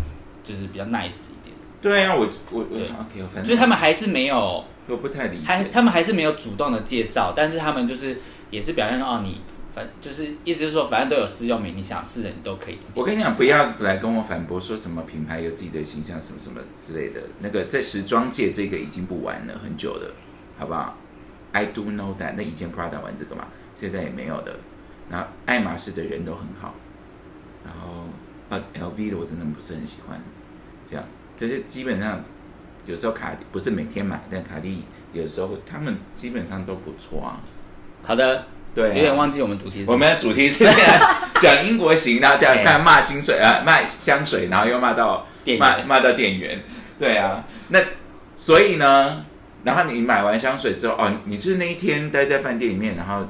[SPEAKER 4] 就是比较 nice 一点，
[SPEAKER 3] 对啊，我我我
[SPEAKER 4] 对
[SPEAKER 3] OK，我反正
[SPEAKER 4] 就是他们还是没有
[SPEAKER 3] 我不太理
[SPEAKER 4] 还
[SPEAKER 3] 解，
[SPEAKER 4] 他们还是没有主动的介绍，但是他们就是也是表现说哦你。反就是意思是说，反正都有试用品，你想试的你都可以自己试。
[SPEAKER 3] 我跟你讲，不要来跟我反驳说什么品牌有自己的形象什么什么之类的，那个在时装界这个已经不玩了很久了，好不好？I do know that，那以前 Prada 玩这个嘛，现现在也没有的。然后爱马仕的人都很好，然后啊 LV 的我真的不是很喜欢，这样就是基本上有时候卡地不是每天买，但卡地有时候他们基本上都不错啊。
[SPEAKER 4] 好的，
[SPEAKER 3] 对啊
[SPEAKER 4] 有点忘记我们主题是什么
[SPEAKER 3] 我们的主题是讲英国行，然后讲
[SPEAKER 4] 对
[SPEAKER 3] 看骂薪水啊，骂香水，然后又骂到
[SPEAKER 4] 店员
[SPEAKER 3] 骂骂到店员，对啊，那所以呢，然后你买完香水之后，哦，你是那一天待在饭店里面，然后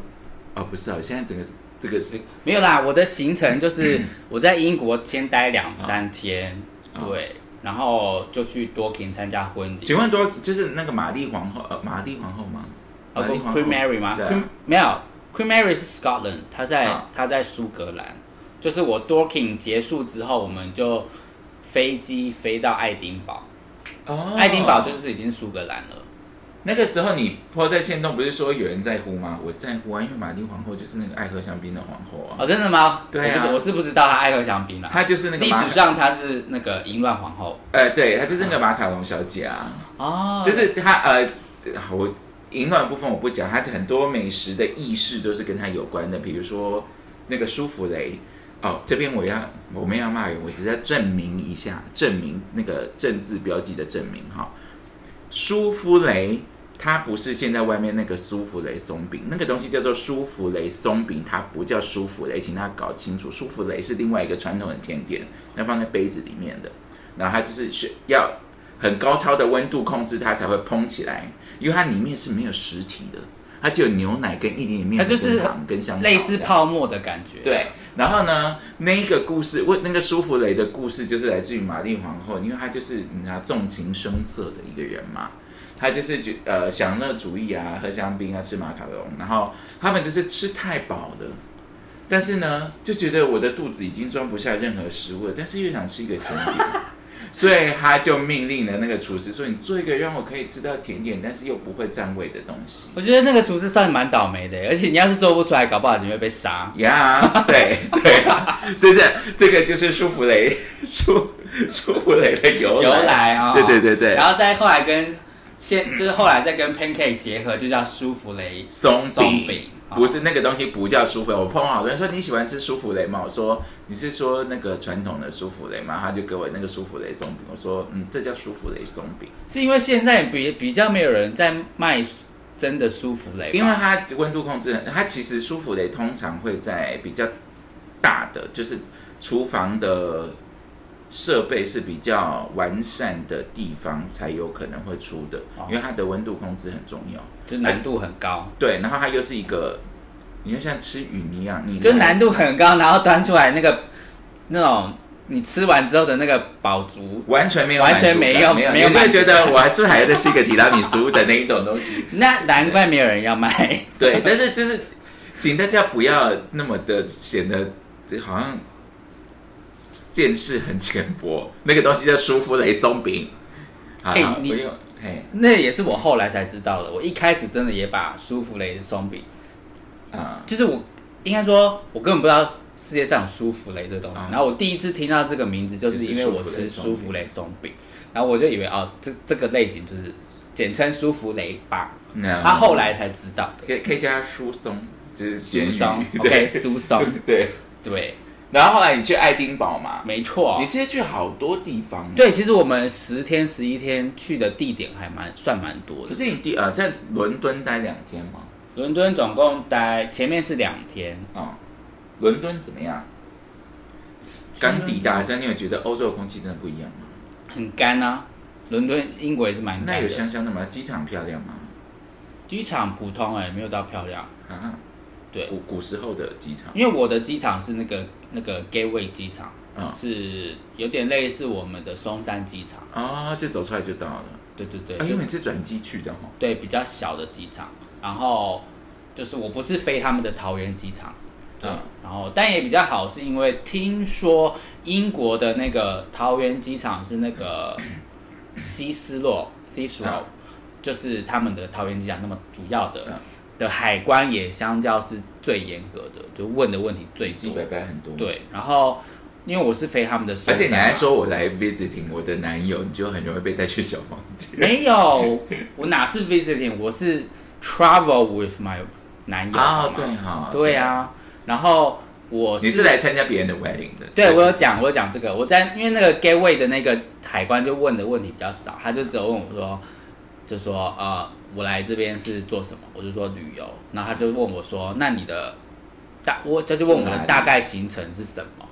[SPEAKER 3] 哦不是哦，现在整个这个是
[SPEAKER 4] 没有啦，我的行程就是
[SPEAKER 3] 嗯
[SPEAKER 4] 我在英国先待两三天，
[SPEAKER 3] 哦
[SPEAKER 4] 对，然后就去多肯参加婚礼。
[SPEAKER 3] 请问多就是那个玛丽皇后，呃，玛丽皇后吗？
[SPEAKER 4] 哦
[SPEAKER 3] 玛
[SPEAKER 4] 不
[SPEAKER 3] 丽皇后
[SPEAKER 4] ，Queen Mary 吗
[SPEAKER 3] 对啊
[SPEAKER 4] ？Queen 没有，Queen Mary 是 Scotland，她在
[SPEAKER 3] 啊
[SPEAKER 4] 她在苏格兰。就是我 Dorking 结束之后，我们就飞机飞到爱丁堡，
[SPEAKER 3] 哦，
[SPEAKER 4] 爱丁堡就是已经苏格兰了。
[SPEAKER 3] 那个时候你泼在线洞，不是说有人在乎吗？我在乎啊，因为玛丽皇后就是那个爱喝香槟的皇后啊，
[SPEAKER 4] 哦，真的吗？
[SPEAKER 3] 对啊
[SPEAKER 4] 我不是我是不知道她爱喝香槟啦。
[SPEAKER 3] 她就是那个
[SPEAKER 4] 历
[SPEAKER 3] 马
[SPEAKER 4] 史
[SPEAKER 3] 卡，
[SPEAKER 4] 上她是那个淫乱皇后
[SPEAKER 3] 呃，对，她就是那个马卡龙小姐啊，
[SPEAKER 4] 哦，
[SPEAKER 3] 就是她呃，我淫乱的部分我不讲，她很多美食的意识都是跟她有关的，比如说那个舒芙蕾。哦，这边我要我没有要骂人，我只是要证明一下，证明那个政治标记的证明哈。舒芙蕾，它不是现在外面那个舒芙蕾松饼，那个东西叫做舒芙蕾松饼，它不叫舒芙蕾，请大家搞清楚，舒芙蕾是另外一个传统的甜点，那放在杯子里面的，然后它就是需要很高超的温度控制，它才会蓬起来，因为它里面是没有实体的，它只有牛奶跟一点点面
[SPEAKER 4] 它
[SPEAKER 3] 粉
[SPEAKER 4] 就是
[SPEAKER 3] 跟糖跟香草
[SPEAKER 4] 类似
[SPEAKER 3] 这样
[SPEAKER 4] 泡沫的感觉。
[SPEAKER 3] 对，然后呢，那一个故事，为那个舒芙蕾的故事，就是来自于玛丽皇后，因为她就是你知道纵情声色的一个人嘛，她就是觉呃享乐主义啊，喝香槟啊，吃马卡龙，然后他们就是吃太饱了。但是呢，就觉得我的肚子已经装不下任何食物了，但是又想吃一个甜点，所以他就命令了那个厨师说：“你做一个让我可以吃到甜点，但是又不会占位的东西。”
[SPEAKER 4] 我觉得那个厨师算蛮倒霉的，而且你要是做不出来，搞不好你会被杀。
[SPEAKER 3] 呀、 对对啊，就是这个就是舒芙蕾舒舒芙蕾的由来
[SPEAKER 4] 由来啊、
[SPEAKER 3] 对对对对，
[SPEAKER 4] 然后再后来跟现就是后来再跟 pancake 结合，就叫舒芙蕾。
[SPEAKER 3] 松
[SPEAKER 4] 松
[SPEAKER 3] 饼
[SPEAKER 4] 饼
[SPEAKER 3] 不是那个东西不叫舒芙蕾，我碰到好多人说你喜欢吃舒芙蕾吗？我说你是说那个传统的舒芙蕾吗？他就给我那个舒芙蕾松饼，我说嗯，这叫舒芙蕾松饼，
[SPEAKER 4] 是因为现在比比较没有人在卖真的舒芙蕾吧，
[SPEAKER 3] 因为它温度控制很，它其实舒芙蕾通常会在比较大的，就是厨房的设备是比较完善的地方才有可能会出的，
[SPEAKER 4] 哦
[SPEAKER 3] 因为它的温度控制很重要。
[SPEAKER 4] 就难度很高，
[SPEAKER 3] 对，然后它又是一个，你就像吃云一样，你
[SPEAKER 4] 就难度很高，然后端出来那个那种你吃完之后的那个饱足，
[SPEAKER 3] 完全没有
[SPEAKER 4] 完全
[SPEAKER 3] 满足
[SPEAKER 4] 没
[SPEAKER 3] 感
[SPEAKER 4] 有
[SPEAKER 3] 没有，
[SPEAKER 4] 没有
[SPEAKER 3] 你
[SPEAKER 4] 满
[SPEAKER 3] 会
[SPEAKER 4] 足
[SPEAKER 3] 觉得我还是还在吃一个提拉米苏的那一种东西。
[SPEAKER 4] 那难怪没有人要卖。
[SPEAKER 3] 对，但是就是，请大家不要那么的显得好像见识很浅薄。那个东西叫舒芙蕾松饼。啊，
[SPEAKER 4] 哎
[SPEAKER 3] 好
[SPEAKER 4] 你
[SPEAKER 3] 不用，嘿，
[SPEAKER 4] 那也是我后来才知道的，我一开始真的也把舒芙蕾松饼
[SPEAKER 3] 啊，
[SPEAKER 4] 就是我应该说，我根本不知道世界上有舒芙蕾这东西。
[SPEAKER 3] 嗯
[SPEAKER 4] 然后我第一次听到这个名字，就是因为我
[SPEAKER 3] 就是舒
[SPEAKER 4] 吃舒
[SPEAKER 3] 芙
[SPEAKER 4] 芙
[SPEAKER 3] 蕾
[SPEAKER 4] 蕾松饼，然后我就以为哦，这这个类型就是简称舒芙蕾吧。
[SPEAKER 3] 那
[SPEAKER 4] 他后来才知道的，
[SPEAKER 3] 可以可以加舒松，就是
[SPEAKER 4] 苏
[SPEAKER 3] 咸 鱼
[SPEAKER 4] 松
[SPEAKER 3] 对
[SPEAKER 4] ，OK，苏松，
[SPEAKER 3] 对。
[SPEAKER 4] 对，
[SPEAKER 3] 然后后来你去爱丁堡嘛，
[SPEAKER 4] 没错
[SPEAKER 3] 你。其实去好多地方。，
[SPEAKER 4] 对，其实我们十天十一天去的地点还蛮算蛮
[SPEAKER 3] 不
[SPEAKER 4] 多的。
[SPEAKER 3] 是你第呃在伦敦待两天吗？
[SPEAKER 4] 伦敦总共待前面是两天，
[SPEAKER 3] 啊、伦敦怎么样？刚抵达的时候，你有觉得欧洲的空气真的不一样吗？
[SPEAKER 4] 很干啊。伦敦英国也是蛮
[SPEAKER 3] 那
[SPEAKER 4] 干
[SPEAKER 3] 有
[SPEAKER 4] 的，
[SPEAKER 3] 香香的吗？机场漂亮吗？
[SPEAKER 4] 机场普通哎、没有到漂亮。
[SPEAKER 3] 啊，
[SPEAKER 4] 对，
[SPEAKER 3] 古古时候的机场，
[SPEAKER 4] 因为我的机场是那个那个 Gateway 机场，
[SPEAKER 3] 嗯
[SPEAKER 4] 是有点类似我们的松山机场，
[SPEAKER 3] 啊，就走出来就到了。
[SPEAKER 4] 对对对，
[SPEAKER 3] 啊，
[SPEAKER 4] 就
[SPEAKER 3] 因为你是转机去的哈、
[SPEAKER 4] 对比较小的机场。然后就是我不是飞他们的桃园机场，对，
[SPEAKER 3] 嗯
[SPEAKER 4] 然后但也比较好，是因为听说英国的那个桃园机场是那 个希斯洛 t h i s r o
[SPEAKER 3] 嗯
[SPEAKER 4] 就是他们的桃园机场那么主要的。
[SPEAKER 3] 嗯
[SPEAKER 4] 的海关也相较是最严格的，就问的问题最
[SPEAKER 3] 几
[SPEAKER 4] 多
[SPEAKER 3] 几，百百很多。，
[SPEAKER 4] 对，然后因为我是飞他们的啊松
[SPEAKER 3] 而
[SPEAKER 4] 山嘛，
[SPEAKER 3] 且你还说我来 visiting 我的男友，你就很容易被带去小房间。
[SPEAKER 4] 没有，我哪是 visiting，我是 travel with my 男友
[SPEAKER 3] 哦
[SPEAKER 4] 嘛，
[SPEAKER 3] 对哈，
[SPEAKER 4] 对，啊，然后我
[SPEAKER 3] 你是来参加别人的 wedding 的，
[SPEAKER 4] 对我有讲，我有讲这个，我在因为那个 gateway 的那个海关就问的问题比较少，他就只有问我说，就说呃，我来这边是做什么？我就说旅游，然后他就问我说，那你的大我他就问我
[SPEAKER 3] 住哪
[SPEAKER 4] 的
[SPEAKER 3] 里
[SPEAKER 4] 大概行程是什么，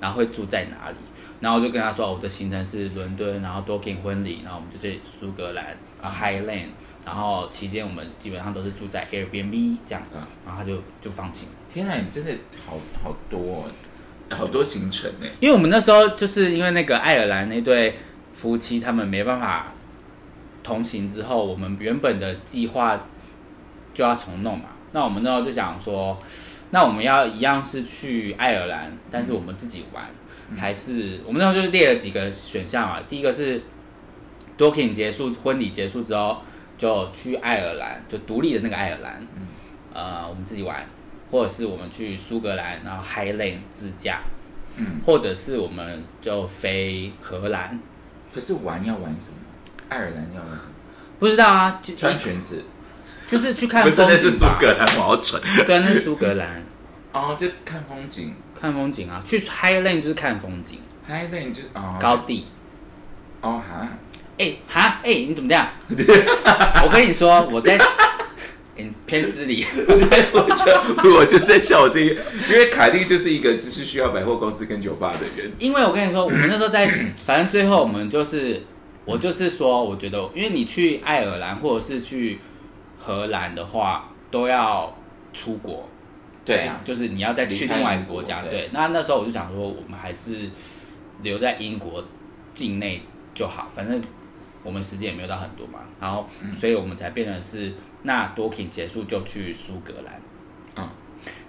[SPEAKER 4] 然后会住在哪里？然后我就跟他说，哦我的行程是伦敦，然后多 o 婚礼，然后我们就去苏格兰啊 Highland，然后期间我们基本上都是住在 Airbnb 这样，
[SPEAKER 3] 嗯
[SPEAKER 4] 然后他就就放心了。
[SPEAKER 3] 天哪，你真的好好多、哦，好多行程呢。
[SPEAKER 4] 因为我们那时候就是因为那个爱尔兰那对夫妻，他们没办法同行之后，我们原本的计划就要重弄嘛。那我们那时候就想说，那我们要一样是去爱尔兰，但是我们自己玩，还是我们那时候就列了几个选项嘛。第一个是 Dorking 结束婚礼结束之后，就去爱尔兰，就独立的那个爱尔兰，呃，我们自己玩，或者是我们去苏格兰，然后 Highland 自驾，或者是我们就飞荷兰，
[SPEAKER 3] 可是玩要玩什么？爱尔兰要玩什么
[SPEAKER 4] 不知道啊，就
[SPEAKER 3] 穿裙子，
[SPEAKER 4] 就是去看
[SPEAKER 3] 不
[SPEAKER 4] 风
[SPEAKER 3] 是那
[SPEAKER 4] 景吧
[SPEAKER 3] 是苏格兰，我好蠢。
[SPEAKER 4] 对，那是苏格兰
[SPEAKER 3] 哦，就看风景
[SPEAKER 4] 看风景啊，去 Highland 就是看风景，啊
[SPEAKER 3] ，Highland 就哦
[SPEAKER 4] 高地。
[SPEAKER 3] 哦哈，
[SPEAKER 4] 哎、哈，哎、你怎么 这样？我跟你说，我在 嗯偏失礼，
[SPEAKER 3] 我就 我就在笑我这个，因为卡蒂就是一个就是需要百货公司跟酒吧的人。
[SPEAKER 4] 因为我跟你说，我们那时候在， 反正最后我们就是，我就是说，我觉得，因为你去爱尔兰或者是去荷兰的话，都要出国，
[SPEAKER 3] 对啊，
[SPEAKER 4] 就是你要再去
[SPEAKER 3] 离开
[SPEAKER 4] 另外一
[SPEAKER 3] 英
[SPEAKER 4] 个国
[SPEAKER 3] 国
[SPEAKER 4] 家。
[SPEAKER 3] 对
[SPEAKER 4] 对，那那时候我就想说，我们还是留在英国境内就好，反正我们时间也没有到很多嘛。然后，
[SPEAKER 3] 嗯
[SPEAKER 4] 所以我们才变成是那 Dorking 结束就去苏格兰。
[SPEAKER 3] 嗯，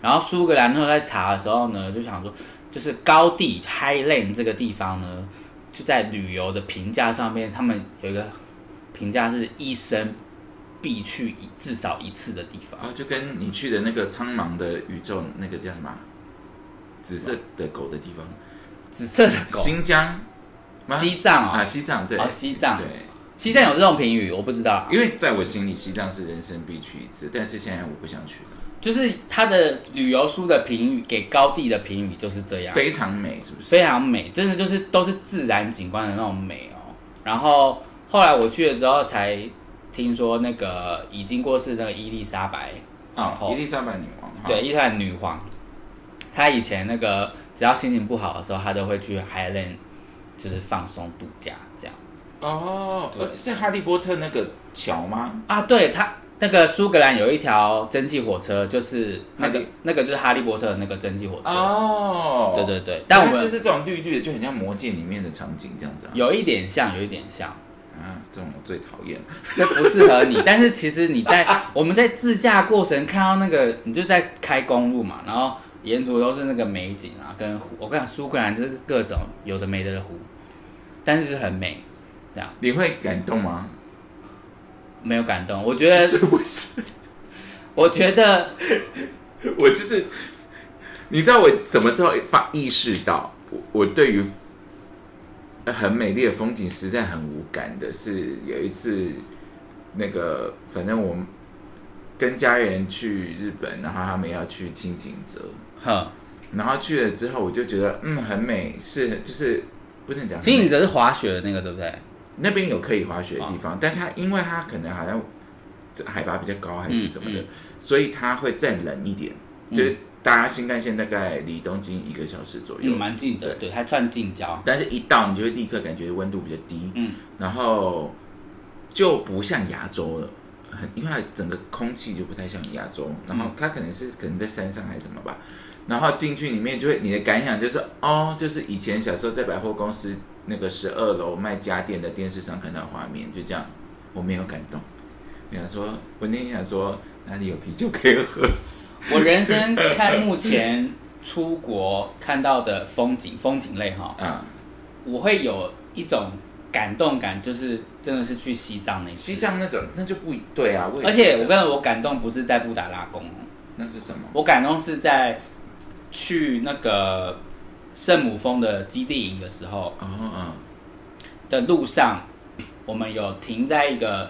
[SPEAKER 4] 然后苏格兰那时候在查的时候呢，就想说，就是高地 Highland 这个地方呢，就在旅游的评价上面，他们有一个评价是一生必去一至少一次的地方
[SPEAKER 3] 然。啊后就跟你去的那个苍茫的宇宙那个叫什么啊紫色的狗的地方，
[SPEAKER 4] 紫色的狗，
[SPEAKER 3] 新疆吗
[SPEAKER 4] 西藏哦
[SPEAKER 3] 啊，西藏对
[SPEAKER 4] 哦，西藏
[SPEAKER 3] 对。
[SPEAKER 4] 西藏有这种评语，我不知道啊，
[SPEAKER 3] 因为在我心里，西藏是人生必去一次，但是现在我不想去了，
[SPEAKER 4] 就是它的旅游书的评语给高地的评语就是这样，
[SPEAKER 3] 非常美，是不是？
[SPEAKER 4] 非常美，真的就是都是自然景观的那种美哦。然后后来我去了之后才听说，那个已经过世的那个伊丽莎白，然
[SPEAKER 3] 啊、
[SPEAKER 4] 后
[SPEAKER 3] 伊丽莎白女王，哈
[SPEAKER 4] 对，伊丽莎白女皇，她以前那个只要心情不好的时候，她都会去 Highland 就是放松度假这样
[SPEAKER 3] 哦，
[SPEAKER 4] 对
[SPEAKER 3] 哦是哈利波特那个桥吗？
[SPEAKER 4] 啊。对，她那个苏格兰有一条蒸汽火车，就是那
[SPEAKER 3] 哈
[SPEAKER 4] 个
[SPEAKER 3] 利
[SPEAKER 4] 那个就是哈利波特的那个蒸汽火车。
[SPEAKER 3] 哦，
[SPEAKER 4] 对对对，但我
[SPEAKER 3] 它
[SPEAKER 4] 们
[SPEAKER 3] 就是这种绿绿的，就很像《魔戒》里面的场景这样子啊。
[SPEAKER 4] 有一点像，有一点像，
[SPEAKER 3] 啊，这种我最讨厌。
[SPEAKER 4] 这不适合你。但是其实你在我们在自驾过程看到那个，你就在开公路嘛，然后沿途都是那个美景啊，跟湖。我跟你讲，苏格兰就是各种有的没的的湖，但是很美，这样
[SPEAKER 3] 你会感动吗？
[SPEAKER 4] 没有感动。我觉得，
[SPEAKER 3] 是不是？
[SPEAKER 4] 我觉得
[SPEAKER 3] 我就是，你知道我什么时候发意识到我我对于呃很美丽的风景实在很无感的是有一次那个反正我跟家人去日本，然后他们要去清景泽，
[SPEAKER 4] 哼，
[SPEAKER 3] 然后去了之后我就觉得嗯很美，是就是不能讲很美
[SPEAKER 4] 金影泽是滑雪的那个，对不对？
[SPEAKER 3] 那边有可以滑雪的地
[SPEAKER 4] 啊
[SPEAKER 3] 方，但是它因为它可能好像这海拔比较高还是什么的，
[SPEAKER 4] 嗯嗯嗯
[SPEAKER 3] 所以它会再冷一点，就是搭新干线大概离东京一个小时左右，
[SPEAKER 4] 嗯，蛮近的，
[SPEAKER 3] 对
[SPEAKER 4] 对，它算近郊。
[SPEAKER 3] 但是一到你就会立刻感觉温度比较低，
[SPEAKER 4] 嗯，
[SPEAKER 3] 然后就不像亚洲了。很，因为它整个空气就不太像亚洲，然后它可能是可能在山上还是什么吧，然后进去里面就会你的感想就是哦，就是以前小时候在百货公司那个十二楼卖家电的电视上看到的画面，就这样，我没有感动。我想说，我那天想说哪里有啤酒可以喝，
[SPEAKER 4] 我人生看目前出国看到的风景，风景类哈，
[SPEAKER 3] 啊，
[SPEAKER 4] 我会有一种感动感，就是真的是去西藏那一次
[SPEAKER 3] 西，藏那种那就不对啊，也
[SPEAKER 4] 而且
[SPEAKER 3] 觉得
[SPEAKER 4] 我跟你说我感动不是在布达拉宫哦，
[SPEAKER 3] 那是什么？
[SPEAKER 4] 我感动是在去那个圣母峰的基地营的时候
[SPEAKER 3] 哦哦，
[SPEAKER 4] 的路上，我们有停在一个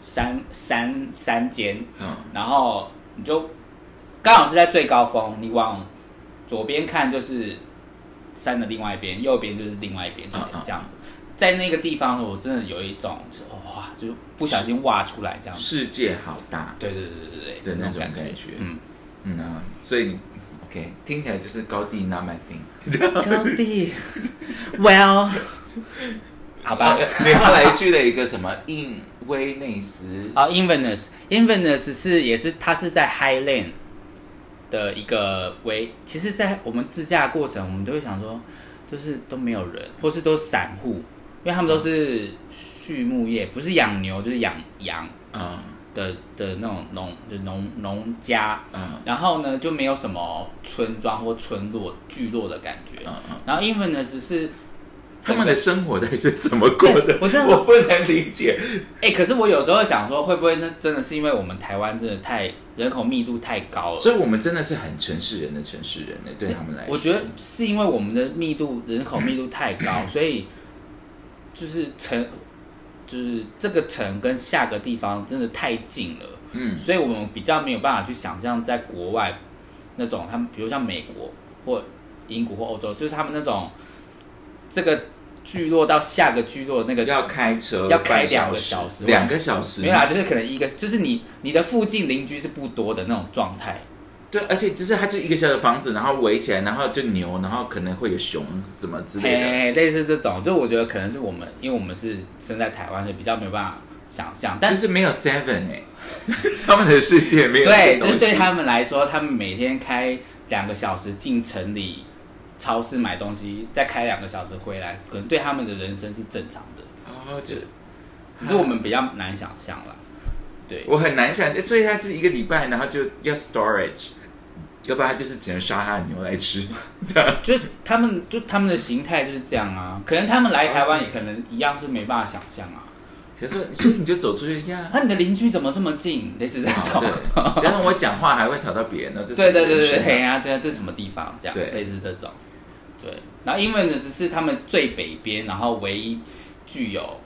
[SPEAKER 4] 山山山间，
[SPEAKER 3] 嗯
[SPEAKER 4] 然后你就刚好是在最高峰，你往左边看就是山的另外一边，右边就是另外一边，就
[SPEAKER 3] 嗯嗯
[SPEAKER 4] 这样子。在那个地方，我真的有一种就是哇，就是不小心挖出来这样子。
[SPEAKER 3] 世界好大，
[SPEAKER 4] 对对对对
[SPEAKER 3] 的
[SPEAKER 4] 对
[SPEAKER 3] 那
[SPEAKER 4] 那
[SPEAKER 3] 种
[SPEAKER 4] 感
[SPEAKER 3] 感觉
[SPEAKER 4] 嗯，
[SPEAKER 3] 嗯啊，所以你 OK 听起来就是高地 not my thing。
[SPEAKER 4] 高地，Well，好吧。
[SPEAKER 3] 你后来去了一个什么印威内斯
[SPEAKER 4] 啊、i n v e r n e s i n v e r n e s 是也是它是在 Highland 的一个围，其实，在我们自驾过程，我们都会想说，就是都没有人，或是都散户，因为他们都是畜牧业，不是养牛就是养羊
[SPEAKER 3] 嗯
[SPEAKER 4] 的的那种农的农农家，
[SPEAKER 3] 嗯
[SPEAKER 4] 然后呢就没有什么村庄或村落聚落的感觉。
[SPEAKER 3] 嗯嗯，
[SPEAKER 4] 然后 i n v e r n e s 是
[SPEAKER 3] 他们的生活到底是怎么过的
[SPEAKER 4] 对？我真的是
[SPEAKER 3] 我不能理解。
[SPEAKER 4] 哎、可是我有时候想说，会不会那真的是因为我们台湾真的太人口密度太高了？
[SPEAKER 3] 所以我们真的是很城市人的城市人呢，对他们来说，
[SPEAKER 4] 我觉得是因为我们的密度人口密度太 高，所以就是城，就是这个城跟下个地方真的太近了，
[SPEAKER 3] 嗯
[SPEAKER 4] 所以我们比较没有办法去想象在国外那种他们，比如像美国或英国或欧洲，就是他们那种这个聚落到下个聚落那个
[SPEAKER 3] 要开车
[SPEAKER 4] 要开
[SPEAKER 3] 半
[SPEAKER 4] 两个
[SPEAKER 3] 小
[SPEAKER 4] 小
[SPEAKER 3] 时，啊
[SPEAKER 4] 时
[SPEAKER 3] 两个小时
[SPEAKER 4] 没有啦，就是可能一个就是你你的附近邻居是不多的那种状态。
[SPEAKER 3] 对，而且就是它就是一个小的房子，然后围起来，然后就牛，然后可能会有熊怎么之类的。
[SPEAKER 4] 嘿，类似这种，就我觉得可能是我们，因为我们是生在台湾，所以比较没有办法想象。但
[SPEAKER 3] 就是是没有 Seven 哎、 他们的世界没有
[SPEAKER 4] 对，
[SPEAKER 3] 这
[SPEAKER 4] 就
[SPEAKER 3] 个东
[SPEAKER 4] 是对
[SPEAKER 3] 西。
[SPEAKER 4] 他们来说，他们每天开两个小时进城里超市买东西，再开两个小时回来，可能对他们的人生是正常的，
[SPEAKER 3] 哦，就
[SPEAKER 4] 只是我们比较难想象啦。对，
[SPEAKER 3] 我很难想，所以他就是一个礼拜，然后就要 storage，要不然他就是只能杀他的牛来吃。
[SPEAKER 4] 就是他们就他们的形态就是这样啊，可能他们来台湾也可能一样是没办法想象啊。
[SPEAKER 3] 所以说，所以你就走出去 呀。
[SPEAKER 4] 啊，你的邻居怎么这么近？类似这种。
[SPEAKER 3] 哦对，加上我讲话还会吵到别人呢，这是
[SPEAKER 4] 对对对对
[SPEAKER 3] 人生啊
[SPEAKER 4] 对，嘿啊，这这是什么地方？这样
[SPEAKER 3] 对
[SPEAKER 4] 类似这种，对。然后英文的只是他们最北边，然后唯一具有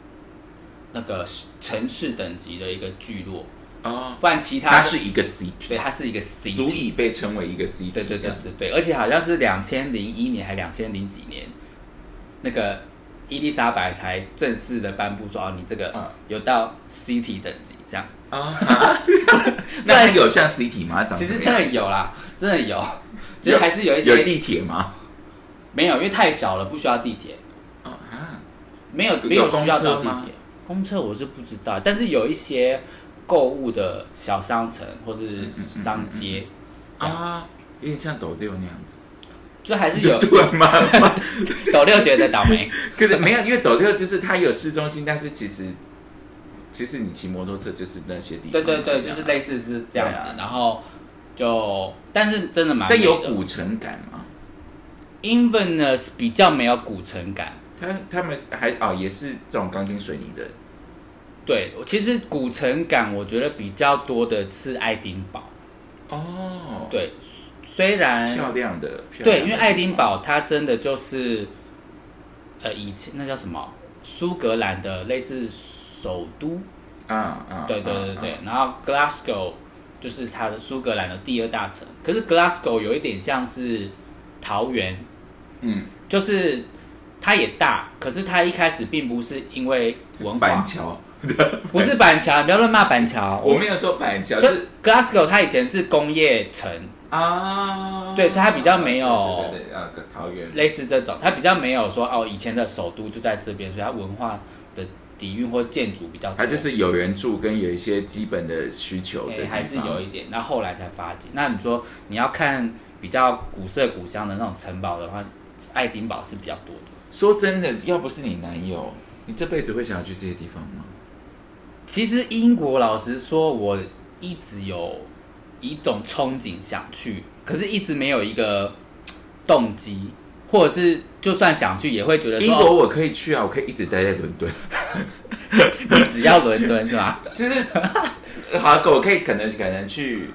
[SPEAKER 4] 那个城市等级的一个聚落，
[SPEAKER 3] 哦，
[SPEAKER 4] 不然其他
[SPEAKER 3] 它是一个 city，
[SPEAKER 4] 对它是一个 city，
[SPEAKER 3] 足以被称为一个 city。
[SPEAKER 4] 对对
[SPEAKER 3] 这
[SPEAKER 4] 对
[SPEAKER 3] 样
[SPEAKER 4] 对对，而且好像是两千零一年还两千零几年，那个伊丽莎白才正式的颁布说，哦，你这
[SPEAKER 3] 嗯
[SPEAKER 4] 个有到 city 等级这样。
[SPEAKER 3] 啊， 哈那它有像 city 吗？长
[SPEAKER 4] 其实
[SPEAKER 3] 怎么
[SPEAKER 4] 真
[SPEAKER 3] 样
[SPEAKER 4] 的有啦，真的有，其实还是有一些
[SPEAKER 3] 有地铁吗？
[SPEAKER 4] 没有，因为太小了，不需要地铁。
[SPEAKER 3] 哦啊，
[SPEAKER 4] 没有
[SPEAKER 3] 有
[SPEAKER 4] 没有需要
[SPEAKER 3] 公
[SPEAKER 4] 到
[SPEAKER 3] 车
[SPEAKER 4] 地
[SPEAKER 3] 吗
[SPEAKER 4] 铁，公车我是不知道，但是有一些购物的小商城或是商街，这样
[SPEAKER 3] 啊，有点像斗六那样子。
[SPEAKER 4] 就还是 有
[SPEAKER 3] 突然骂骂，
[SPEAKER 4] 抖六觉得倒霉，
[SPEAKER 3] 可是没有，因为斗六就是它有市中心，但是其实其实你骑摩托车就是那些地方。 啊
[SPEAKER 4] 对对
[SPEAKER 3] 这
[SPEAKER 4] 对，就
[SPEAKER 3] 样
[SPEAKER 4] 是类似是这样子
[SPEAKER 3] 对啊，
[SPEAKER 4] 然后就但是真的蛮
[SPEAKER 3] 但有
[SPEAKER 4] 美的
[SPEAKER 3] 古城感吗？
[SPEAKER 4] Inverness 比较没有古城感，
[SPEAKER 3] 他他们还哦，也是这种钢筋水泥的
[SPEAKER 4] 对，我其实古城感我觉得比较多的是爱丁堡，
[SPEAKER 3] 哦，
[SPEAKER 4] 对，虽然
[SPEAKER 3] 漂亮的，漂亮的
[SPEAKER 4] 对，因为爱丁堡它真的就是，呃，以前那叫什么苏格兰的类似首都，
[SPEAKER 3] 啊啊，
[SPEAKER 4] 对对对
[SPEAKER 3] 啊
[SPEAKER 4] 对，，然后 Glasgow 就是它的苏格兰的第二大城，可是 Glasgow 有一点像是桃园，
[SPEAKER 3] 嗯，
[SPEAKER 4] 就是它也大，可是它一开始并不是因为文化
[SPEAKER 3] 板，桥，
[SPEAKER 4] 不是板桥，你不要乱骂板桥，
[SPEAKER 3] 我没有说板桥，
[SPEAKER 4] 就是 Glasgow 它以前是工业城，
[SPEAKER 3] 啊，
[SPEAKER 4] 对所以它比较没有
[SPEAKER 3] 对对对对啊，桃园，
[SPEAKER 4] 类似这种，它比较没有说哦，以前的首都就在这边，所以它文化的底蕴或建筑比较多，
[SPEAKER 3] 它就是有人住跟有一些基本的需求
[SPEAKER 4] 哎、
[SPEAKER 3] 的，
[SPEAKER 4] 还是有一，点。那后来才发展。那你说你要看比较古色古香的那种城堡的话，爱丁堡是比较多的。
[SPEAKER 3] 说真的，要不是你男友，你这辈子会想要去这些地方吗？
[SPEAKER 4] 其实英国老实说，我一直有一种憧憬想去，可是一直没有一个嘖动机，或者是就算想去，也会觉得
[SPEAKER 3] 英
[SPEAKER 4] 说
[SPEAKER 3] 国
[SPEAKER 4] 哦
[SPEAKER 3] 我可以去啊，我可以一直待在伦 敦，
[SPEAKER 4] 你只要伦敦是吧？
[SPEAKER 3] 就是好，我可以可能可能去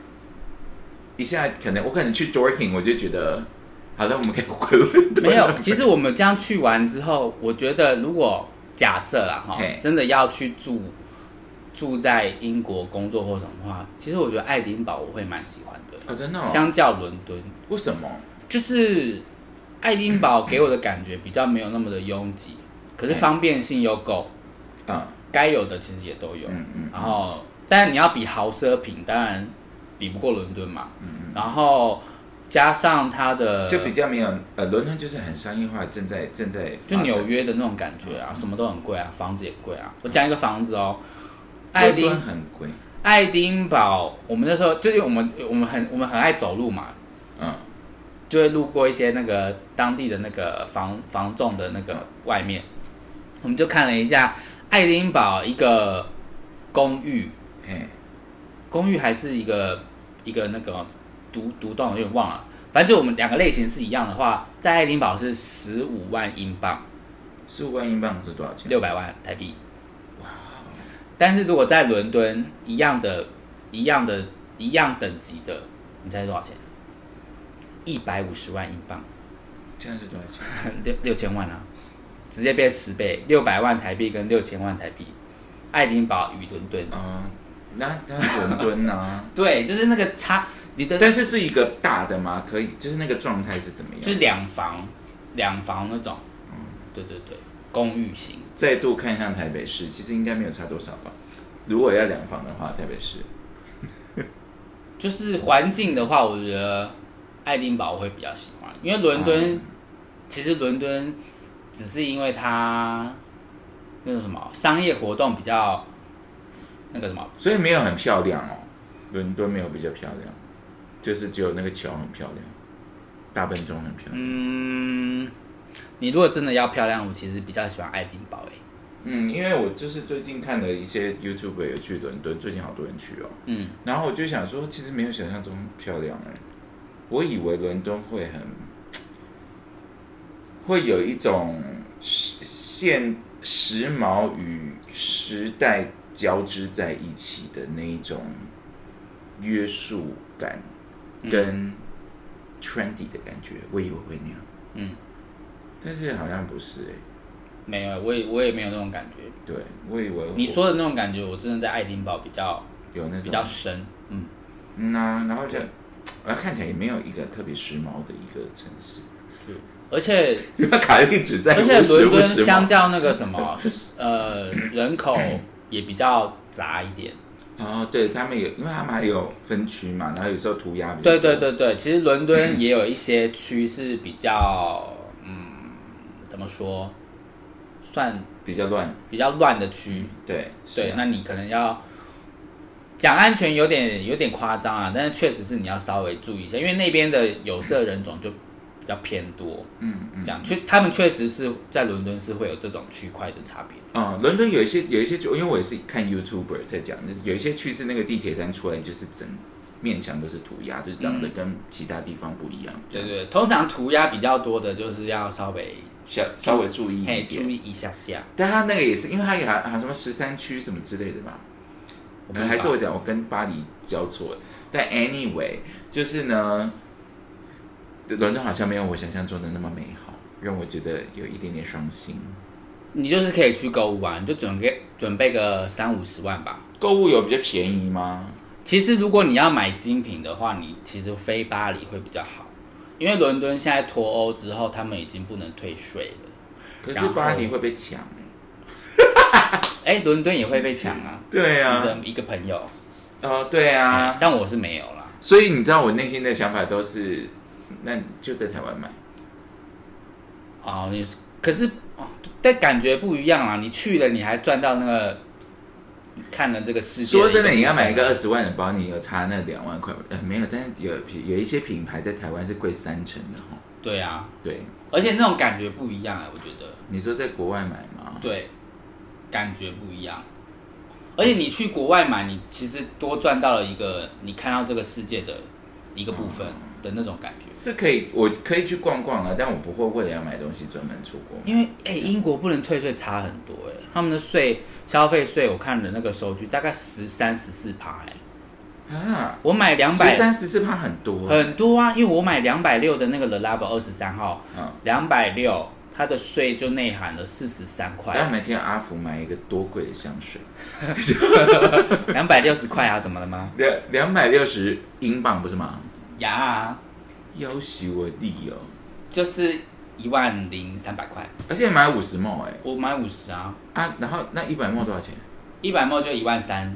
[SPEAKER 3] 一下，可能我可能去 Dorking，我就觉得好了，我们可以回伦敦了。 啊
[SPEAKER 4] 没有，其实我们这样去完之后，我觉得如果假设啦哈
[SPEAKER 3] 嘿，
[SPEAKER 4] 真的要去住住在英国工作或什么的话，其实我觉得爱丁堡我会蛮喜欢的，
[SPEAKER 3] 哦，真的、哦？
[SPEAKER 4] 相较伦敦，
[SPEAKER 3] 为什么？
[SPEAKER 4] 就是爱丁堡给我的感觉比较没有那么的拥挤，可是方便性又够，
[SPEAKER 3] 嗯
[SPEAKER 4] 该有的其实也都有。
[SPEAKER 3] 嗯嗯
[SPEAKER 4] 然后，但你要比豪奢品，当然比不过伦敦嘛。然后加上它的
[SPEAKER 3] 嗯就比较没有呃，伦敦就是很商业化，正在正在
[SPEAKER 4] 就纽
[SPEAKER 3] 约
[SPEAKER 4] 约的那种感觉啊，什么都很贵啊，房子也贵啊。我讲一个房子哦，爱
[SPEAKER 3] 伦敦
[SPEAKER 4] 丁
[SPEAKER 3] 很贵，
[SPEAKER 4] 爱丁堡，我们那时候就是我们我们很我们很爱走路嘛，
[SPEAKER 3] 嗯
[SPEAKER 4] 就会路过一些那个当地的那个房房仲的那个外面，我们就看了一下爱丁堡一个公寓，
[SPEAKER 3] 嘿，
[SPEAKER 4] 公寓还是一个一个那个独独栋，我有点忘了。反正就我们两个类型是一样的话，在爱丁堡是十五万英镑，
[SPEAKER 3] 十五万英镑是多少钱？
[SPEAKER 4] 六百万台币。哇！但是如果在伦敦一样的、一样的、一样等级的，你猜多少钱？一百五十万英镑，
[SPEAKER 3] 这样是多少钱？
[SPEAKER 4] 六六千万啊，直接变十倍，六百万台币跟六千万台币。爱丁堡与伦敦，
[SPEAKER 3] 嗯，那那伦敦 啊，
[SPEAKER 4] 对，就是那个差，你的
[SPEAKER 3] 但是是一个大的吗？可以，就是那个状态是怎么样？
[SPEAKER 4] 就是两房，两房那种，对对对，公寓型。
[SPEAKER 3] 再度看向台北市，其实应该没有差多少吧。如果要两房的话，台北市
[SPEAKER 4] 就是环境的话，我觉得爱丁堡我会比较喜欢，因为伦
[SPEAKER 3] 嗯
[SPEAKER 4] 敦、其实伦敦只是因为它那个什么商业活动比较那个什么，
[SPEAKER 3] 所以没有很漂亮哦。伦敦没有比较漂亮，就是只有那个桥很漂亮，大笨钟很漂亮。
[SPEAKER 4] 嗯，你如果真的要漂亮，我其实比较喜欢爱丁堡诶、欸
[SPEAKER 3] 嗯，因为我就是最近看了一些 YouTube 有去伦敦，最近好多人去哦。
[SPEAKER 4] 嗯，
[SPEAKER 3] 然后我就想说，其实没有想象中漂亮哎、我以为伦敦会很，会有一种时现时髦与时代交织在一起的那一种约束感
[SPEAKER 4] 嗯
[SPEAKER 3] 跟 trendy 的感觉，我以为会那样。
[SPEAKER 4] 嗯，
[SPEAKER 3] 但是好像不是哎、
[SPEAKER 4] 没有，欸我也我也没有那种感觉。
[SPEAKER 3] 对我以为
[SPEAKER 4] 你
[SPEAKER 3] 我
[SPEAKER 4] 说的那种感觉，我真的在爱丁堡比较
[SPEAKER 3] 有那种
[SPEAKER 4] 比较深，嗯，
[SPEAKER 3] 嗯呐、然后就，然后看起来也没有一个特别时髦的一个城市。
[SPEAKER 4] 而且
[SPEAKER 3] 因为卡利只在乎
[SPEAKER 4] 而且
[SPEAKER 3] 时
[SPEAKER 4] 伦
[SPEAKER 3] 不
[SPEAKER 4] 敦
[SPEAKER 3] 时
[SPEAKER 4] 相
[SPEAKER 3] 髦
[SPEAKER 4] 较那个什么，呃，人口也比较杂一点。
[SPEAKER 3] 哦，对他们有，因为他们还有分区嘛，然后有时候涂鸦比较
[SPEAKER 4] 对
[SPEAKER 3] 多
[SPEAKER 4] 对，对对，其实伦敦也有一些区是比较，嗯，怎么说，算
[SPEAKER 3] 比较乱。
[SPEAKER 4] 比较乱的区。
[SPEAKER 3] 对是
[SPEAKER 4] 对，
[SPEAKER 3] 啊
[SPEAKER 4] 那你可能要讲安全有点有点夸张啊，但是确实是你要稍微注意一下，因为那边的有色人种就比较偏多。
[SPEAKER 3] 嗯嗯
[SPEAKER 4] 这样，确他们确实是在伦敦是会有这种区块的差别。
[SPEAKER 3] 嗯，伦敦有一些有一些区，因为我也是看 YouTuber 在讲，那有一些区是那个地铁站出来就是整面墙都是涂鸦，就是长得跟其他地方不一样。
[SPEAKER 4] 对
[SPEAKER 3] 这样
[SPEAKER 4] 对，
[SPEAKER 3] 子，
[SPEAKER 4] 通常涂鸦比较多的就是要稍微
[SPEAKER 3] 小稍微注意一
[SPEAKER 4] 嘿注
[SPEAKER 3] 点。
[SPEAKER 4] 意一下下，
[SPEAKER 3] 但他那个也是，因为他有还还有什么十三区什么之类的吧。
[SPEAKER 4] 嗯我
[SPEAKER 3] 呃
[SPEAKER 4] 们
[SPEAKER 3] 还是我讲，我跟巴黎交错了。但 anyway，就是呢，伦敦好像没有我想象中的那么美好，让我觉得有一点点伤心。
[SPEAKER 4] 你就是可以去购物啊，你就准备准备个三五十万吧。
[SPEAKER 3] 购物有比较便宜吗？
[SPEAKER 4] 其实如果你要买精品的话，你其实飞巴黎会比较好，因为伦敦现在脱欧之后，他们已经不能退税了。
[SPEAKER 3] 可
[SPEAKER 4] 然
[SPEAKER 3] 是
[SPEAKER 4] 后
[SPEAKER 3] 巴黎会被抢、欸。
[SPEAKER 4] 哎，伦敦也会被抢啊，
[SPEAKER 3] 对
[SPEAKER 4] 我的
[SPEAKER 3] 啊，
[SPEAKER 4] 一个朋友，
[SPEAKER 3] 哦，对啊。
[SPEAKER 4] 但我是没有啦。
[SPEAKER 3] 所以你知道我内心的想法都是，那你就在台湾买。
[SPEAKER 4] 哦，你可是哦，但感觉不一样啊，你去了你还赚到那个。看了这个世界，
[SPEAKER 3] 说真的，你要买一个二十万的包，你有差那两万块吗？呃，没有，但是有有一些品牌在台湾是贵三成的哈。
[SPEAKER 4] 对啊，
[SPEAKER 3] 对，
[SPEAKER 4] 而且那种感觉不一样哎、我觉得
[SPEAKER 3] 你说在国外买吗？
[SPEAKER 4] 对，感觉不一样。而且你去国外买，你其实多赚到了一个你看到这个世界的一个部分的那种感觉。
[SPEAKER 3] 是可以，我可以去逛逛啊了，但我不会为了要买东西专门出国。
[SPEAKER 4] 因为哎、英国不能退税差很多哎、他们的税消费税我看了那个收据大概十三十四趴哎，
[SPEAKER 3] 啊，
[SPEAKER 4] 我买两
[SPEAKER 3] 十
[SPEAKER 4] 百
[SPEAKER 3] 三十四趴很多，
[SPEAKER 4] 很多啊，因为我买两百六的那个 The Lab 二十三号
[SPEAKER 3] 嗯，
[SPEAKER 4] 两百六它的税就内含了四十三
[SPEAKER 3] 但我
[SPEAKER 4] 块，啊
[SPEAKER 3] 每天阿福买一个多贵的香水，
[SPEAKER 4] 两百六十块啊，怎么了吗？
[SPEAKER 3] 两两百六十英镑不是吗？
[SPEAKER 4] 呀，
[SPEAKER 3] 要挟我弟哦，
[SPEAKER 4] 就是一万零三百块，
[SPEAKER 3] 而且买五十梦哎
[SPEAKER 4] 我买五十啊，
[SPEAKER 3] 啊，然后那一百梦多少钱？
[SPEAKER 4] 一百毛就一万三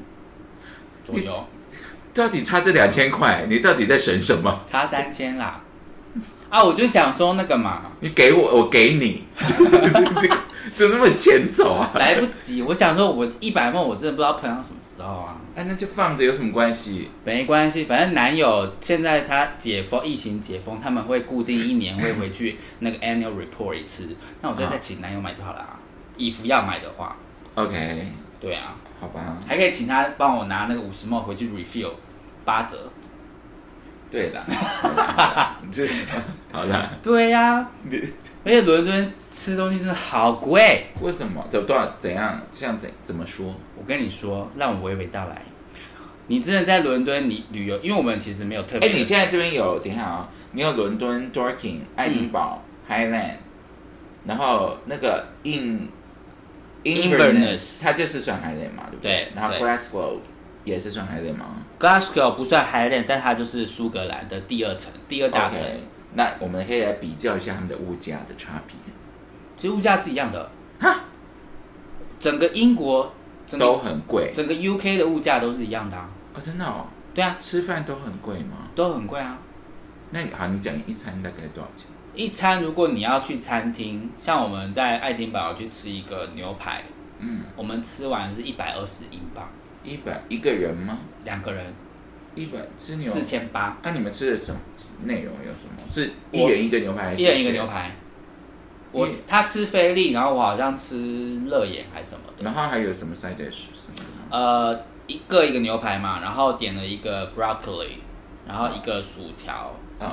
[SPEAKER 4] 左 右，
[SPEAKER 3] 到底差这两千块，你到底在省什么？
[SPEAKER 4] 差三千啦。啊，我就想说那个嘛，
[SPEAKER 3] 你给我，我给你， 怎么那么欠揍啊？
[SPEAKER 4] 来不及，我想说我一百毛我真的不知道喷到什么时候啊。
[SPEAKER 3] 哎、那就放着有什么关系？
[SPEAKER 4] 没关系，反正男友现在他解封，疫情解封，他们会固定一年会回去那个 annual report 一次。那我就再请男友买就好了、啊，衣服要买的话，
[SPEAKER 3] OK，
[SPEAKER 4] 对啊，
[SPEAKER 3] 好吧。
[SPEAKER 4] 还可以请他帮我拿那个五十毛回去 refill 八折。
[SPEAKER 3] 对啦，好 啦这好啦。
[SPEAKER 4] 对呀、
[SPEAKER 3] 你
[SPEAKER 4] 而且伦敦吃东西真的好贵。
[SPEAKER 3] 为什么？怎多少？怎样？像怎怎么说？
[SPEAKER 4] 我跟你说，让我娓娓道来。你真的在伦敦你旅游，因为我们其实没有特
[SPEAKER 3] 哎、
[SPEAKER 4] 别的。
[SPEAKER 3] 你现在这边有，等一下啊、你有伦敦、Dorking、爱
[SPEAKER 4] 嗯
[SPEAKER 3] 丁堡、Highland，然后那个 In
[SPEAKER 4] Inverness
[SPEAKER 3] 它就是算 Highland 嘛，对不
[SPEAKER 4] 对
[SPEAKER 3] 然后
[SPEAKER 4] 对
[SPEAKER 3] Glasgow 也是算 Highland 嘛。
[SPEAKER 4] Glasgow 不算 Highland，但它就是苏格兰的第二城，第二大城。
[SPEAKER 3] OK，那我们可以来比较一下他们的物价的差别，
[SPEAKER 4] 其实物价是一样的。整个英国，整
[SPEAKER 3] 都
[SPEAKER 4] 个
[SPEAKER 3] 很贵
[SPEAKER 4] 整个 UK 的物价都是一样的啊。
[SPEAKER 3] 哦，真的哦，
[SPEAKER 4] 对啊，
[SPEAKER 3] 吃饭都很贵吗？
[SPEAKER 4] 都很贵啊。
[SPEAKER 3] 那你好，你讲一餐大概多少钱？
[SPEAKER 4] 一餐如果你要去餐厅，像我们在爱丁堡去吃一个牛排，
[SPEAKER 3] 嗯，
[SPEAKER 4] 我们吃完是一百二十英镑，
[SPEAKER 3] 一百一个人吗？
[SPEAKER 4] 两个人
[SPEAKER 3] 一百吃牛
[SPEAKER 4] 四千八，
[SPEAKER 3] 那、你们吃的什么内容有什么？是
[SPEAKER 4] 我
[SPEAKER 3] 一人一个牛排还是
[SPEAKER 4] 一人一个牛？排。我
[SPEAKER 3] 一
[SPEAKER 4] 他吃菲力，然后我好像吃乐眼还是什么的。
[SPEAKER 3] 然后还有什么 side dish 什么的吗？
[SPEAKER 4] 呃，一个一个牛排嘛，然后点了一个 broccoli，然后一个薯条，
[SPEAKER 3] 嗯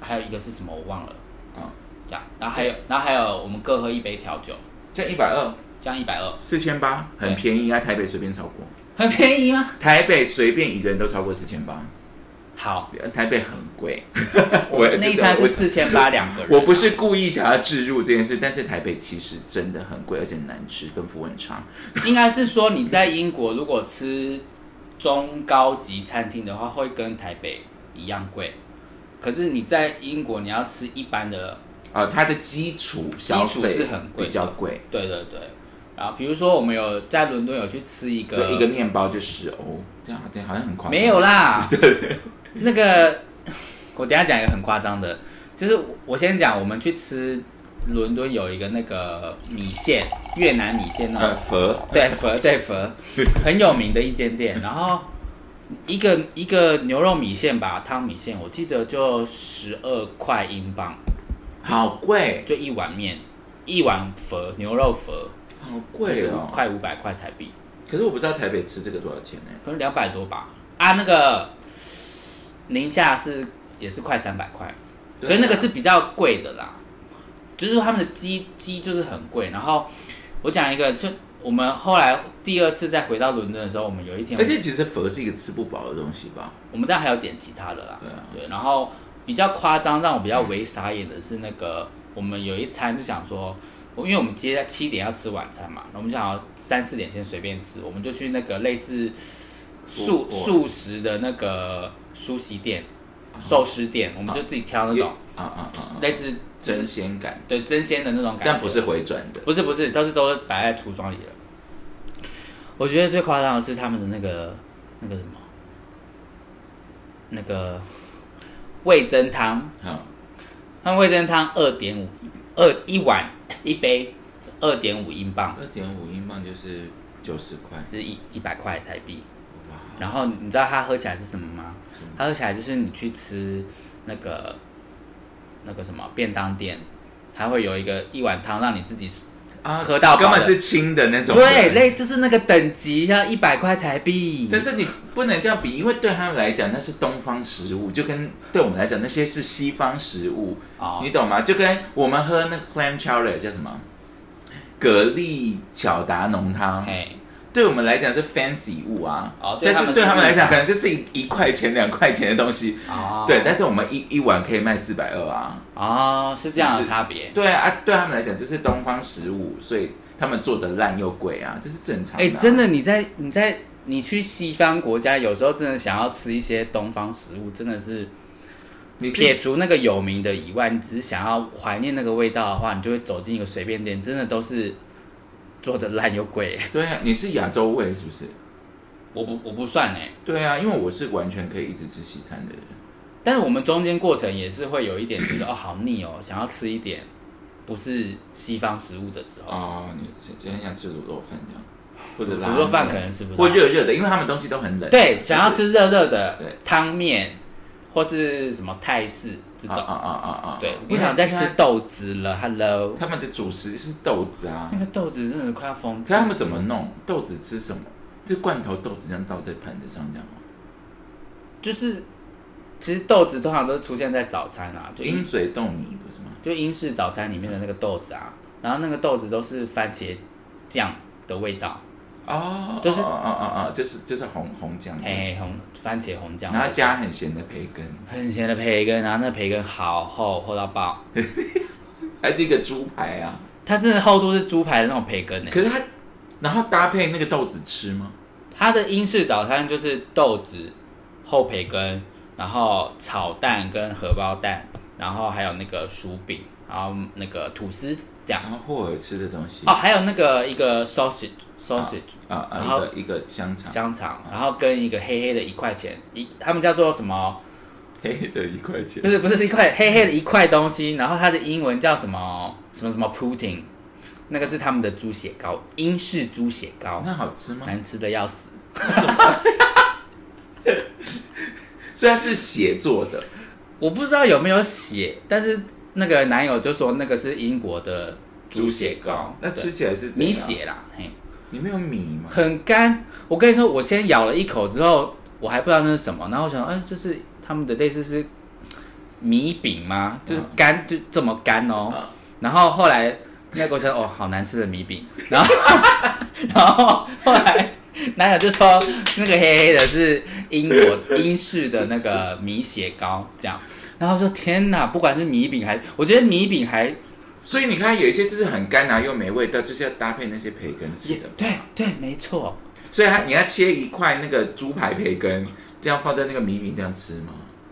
[SPEAKER 4] 还有一个是什么我忘了。
[SPEAKER 3] 嗯，
[SPEAKER 4] 这样，然后还有，然后还有，我们各喝一杯调酒，
[SPEAKER 3] 这样一百二
[SPEAKER 4] 这样一百二，
[SPEAKER 3] 四千八，很
[SPEAKER 4] 对
[SPEAKER 3] 便宜啊！台北随便超过，
[SPEAKER 4] 很便宜吗？
[SPEAKER 3] 台北随便一个人都超过四千八，
[SPEAKER 4] 好，
[SPEAKER 3] 台北很贵。
[SPEAKER 4] 我 那一餐
[SPEAKER 3] 我
[SPEAKER 4] 是四千八两个人，啊
[SPEAKER 3] 我不是故意想要置入这件事，但是台北其实真的很贵，而且难吃，跟服务很差。
[SPEAKER 4] 应该是说你在英国如果吃中高级餐厅的话，会跟台北一样贵，可是你在英国你要吃一般的，
[SPEAKER 3] 呃，它的基础消
[SPEAKER 4] 基础
[SPEAKER 3] 费
[SPEAKER 4] 是很贵的
[SPEAKER 3] 比较贵，
[SPEAKER 4] 对对对，然后比如说我们有在伦敦有去吃一
[SPEAKER 3] 就
[SPEAKER 4] 个
[SPEAKER 3] 一个面包就十欧，这样对，好像很夸张。
[SPEAKER 4] 没有 啦，那个我等一下讲一个很夸张的，就是我先讲，我们去吃伦敦有一个那个米线，越南米线那种，
[SPEAKER 3] 呃，佛
[SPEAKER 4] 对佛对佛，很有名的一间店，然后。一个一个牛肉米线吧，汤米线，我记得就十二块英镑，
[SPEAKER 3] 好贵，
[SPEAKER 4] 就一碗面，一碗佛牛肉佛，
[SPEAKER 3] 好
[SPEAKER 4] 就是
[SPEAKER 3] 贵哦。
[SPEAKER 4] 快五百块台币，
[SPEAKER 3] 可是我不知道台北吃这个多少钱呢、
[SPEAKER 4] 可能两百多吧。啊，那个宁夏是也是快三百块，
[SPEAKER 3] 对啊
[SPEAKER 4] 可是那个是比较贵的啦，就是他们的鸡鸡就是很贵。然后我讲一个，就我们后来第二次再回到伦敦的时候，我们有一天，
[SPEAKER 3] 而且其实佛是一个吃不饱的东西吧？
[SPEAKER 4] 我们当然还有点其他的啦，
[SPEAKER 3] 对啊
[SPEAKER 4] 然后比较夸张，让我比较为傻眼的是那个，我们有一餐就想说。因为我们接在七点要吃晚餐嘛，我们就想要三四点先随便吃，我们就去那个类似素
[SPEAKER 3] 我我
[SPEAKER 4] 素食的那个苏西店、寿司店，我们就自己挑那种
[SPEAKER 3] 啊啊啊啊！
[SPEAKER 4] 类似
[SPEAKER 3] 真鲜感，
[SPEAKER 4] 对真鲜的那种感觉，
[SPEAKER 3] 但不是回转的。
[SPEAKER 4] 不是不是，都是都摆在橱窗里了。我觉得最夸张的是他们的那个那个什么，那个味增汤，
[SPEAKER 3] 好，
[SPEAKER 4] 他们味增汤二点五二一碗一杯，二点五英镑，
[SPEAKER 3] 二点五英镑就是九十块，
[SPEAKER 4] 是一一百块台币。
[SPEAKER 3] 哇！
[SPEAKER 4] 然后你知道它喝起来是什么吗？它喝起来就是你去吃那个那个什么便当店，它会有一个一碗汤让你自己
[SPEAKER 3] 啊
[SPEAKER 4] 喝到饱
[SPEAKER 3] 根本
[SPEAKER 4] 了
[SPEAKER 3] 是清的那种。
[SPEAKER 4] 对，类就是那个等级要一百块台币。
[SPEAKER 3] 但是你不能这样比，因为对他们来讲那是东方食物，就跟对我们来讲那些是西方食物，
[SPEAKER 4] 哦
[SPEAKER 3] 你懂吗？就跟我们喝那个 clam chowder 叫什么蛤蜊巧达浓汤，
[SPEAKER 4] 哎，
[SPEAKER 3] 对我们来讲是 fancy 物啊，
[SPEAKER 4] 哦对
[SPEAKER 3] 但
[SPEAKER 4] 他
[SPEAKER 3] 是
[SPEAKER 4] 们
[SPEAKER 3] 对
[SPEAKER 4] 是
[SPEAKER 3] 他们来讲
[SPEAKER 4] 日常
[SPEAKER 3] 可能就是一一块钱、两块钱的东西，
[SPEAKER 4] 哦，
[SPEAKER 3] 对，但是我们一一碗可以卖四百二啊，
[SPEAKER 4] 哦，是这样的差别。
[SPEAKER 3] 对啊，对他们来讲这是东方食物，所以他们做的烂又贵啊，这是正常的、
[SPEAKER 4] 哎、真的，，你在你在你去西方国家，有时候真的想要吃一些东方食物，真的是
[SPEAKER 3] 你是
[SPEAKER 4] 撇除那个有名的以外，你只是想要怀念那个味道的话，你就会走进一个随便店，真的都是做的烂又贵。
[SPEAKER 3] 对啊，你是亚洲味是不是？
[SPEAKER 4] 我不我不算哎，
[SPEAKER 3] 对啊，因为我是完全可以一直吃西餐的人。
[SPEAKER 4] 但是我们中间过程也是会有一点觉得哦好腻哦，想要吃一点不是西方食物的时候，
[SPEAKER 3] 哦，你今天想吃卤肉饭这样，或者拉
[SPEAKER 4] 卤肉饭可
[SPEAKER 3] 面
[SPEAKER 4] 能吃不
[SPEAKER 3] 或
[SPEAKER 4] 到。
[SPEAKER 3] 热热的，因为他们东西都很冷。
[SPEAKER 4] 对，想要吃热热的
[SPEAKER 3] 对
[SPEAKER 4] 汤面或是什么泰式这
[SPEAKER 3] 啊
[SPEAKER 4] 种。
[SPEAKER 3] 啊啊啊啊！
[SPEAKER 4] 对，
[SPEAKER 3] 因为
[SPEAKER 4] 不想再
[SPEAKER 3] 因为
[SPEAKER 4] 吃豆子了，Hello。
[SPEAKER 3] 他们的主食是豆子啊
[SPEAKER 4] 那，个豆子真的快要疯，
[SPEAKER 3] 可是他们怎么弄豆子吃什么？就罐头豆子这样倒在盘子上这样吗？
[SPEAKER 4] 就是，其实豆子通常都是出现在早餐啊，就
[SPEAKER 3] 鹰
[SPEAKER 4] 英
[SPEAKER 3] 嘴豆泥不是吗？
[SPEAKER 4] 就英式早餐里面的那个豆子啊，然后那个豆子都是番茄酱的味道，
[SPEAKER 3] 哦，
[SPEAKER 4] 就是
[SPEAKER 3] 哦哦哦哦，就是就是红红酱，
[SPEAKER 4] 哎、红番茄红酱，
[SPEAKER 3] 然后加很咸的培根，
[SPEAKER 4] 很咸的培根，然后那培根好厚，厚到爆，
[SPEAKER 3] 还有这个猪排啊。
[SPEAKER 4] 它真的厚度是猪排的那种培根呢、欸
[SPEAKER 3] 可是它，然后搭配那个豆子吃吗？
[SPEAKER 4] 它的英式早餐就是豆子、厚培根，然后炒蛋跟荷包蛋，然后还有那个薯饼，然后那个吐司这样。
[SPEAKER 3] 然后霍尔啊吃的东西
[SPEAKER 4] 哦，还有那个一个 sausage sausage
[SPEAKER 3] 啊啊，
[SPEAKER 4] 然
[SPEAKER 3] 一
[SPEAKER 4] 后
[SPEAKER 3] 个一个香肠，
[SPEAKER 4] 香肠，然后跟一个黑黑的一块钱，一他们叫做什么？
[SPEAKER 3] 黑黑的一块钱
[SPEAKER 4] 不。是不是是一块黑黑的一块东西，然后它的英文叫什么什么什么 pudding，那个是他们的猪血糕，英式猪血糕，
[SPEAKER 3] 那好吃吗？
[SPEAKER 4] 难吃的要死。
[SPEAKER 3] 虽然是血做的，
[SPEAKER 4] 我不知道有没有血，但是那个男友就说那个是英国的猪血糕，
[SPEAKER 3] 那吃起来是怎
[SPEAKER 4] 对
[SPEAKER 3] 样
[SPEAKER 4] 米，血啦，嘿，
[SPEAKER 3] 你没有米吗？
[SPEAKER 4] 很干。我跟你说，我先咬了一口之后，我还不知道那是什么，然后我想，哎，这是他们的类似是米饼吗？就是干，就这么干哦。
[SPEAKER 3] 嗯
[SPEAKER 4] 然后后来那个我想，哦，好难吃的米饼。然后， 然后后来男友就说，那个黑黑的是英国英式的那个米血糕，这样。然后我说天哪，不管是米饼还，我觉得米饼还
[SPEAKER 3] 所以你看，有一些就是很干啊，又没味道，就是要搭配那些培根吃的。
[SPEAKER 4] 对对，没错，
[SPEAKER 3] 所以它你要切一块那个猪排培根，这样放在那个米饼这样吃吗？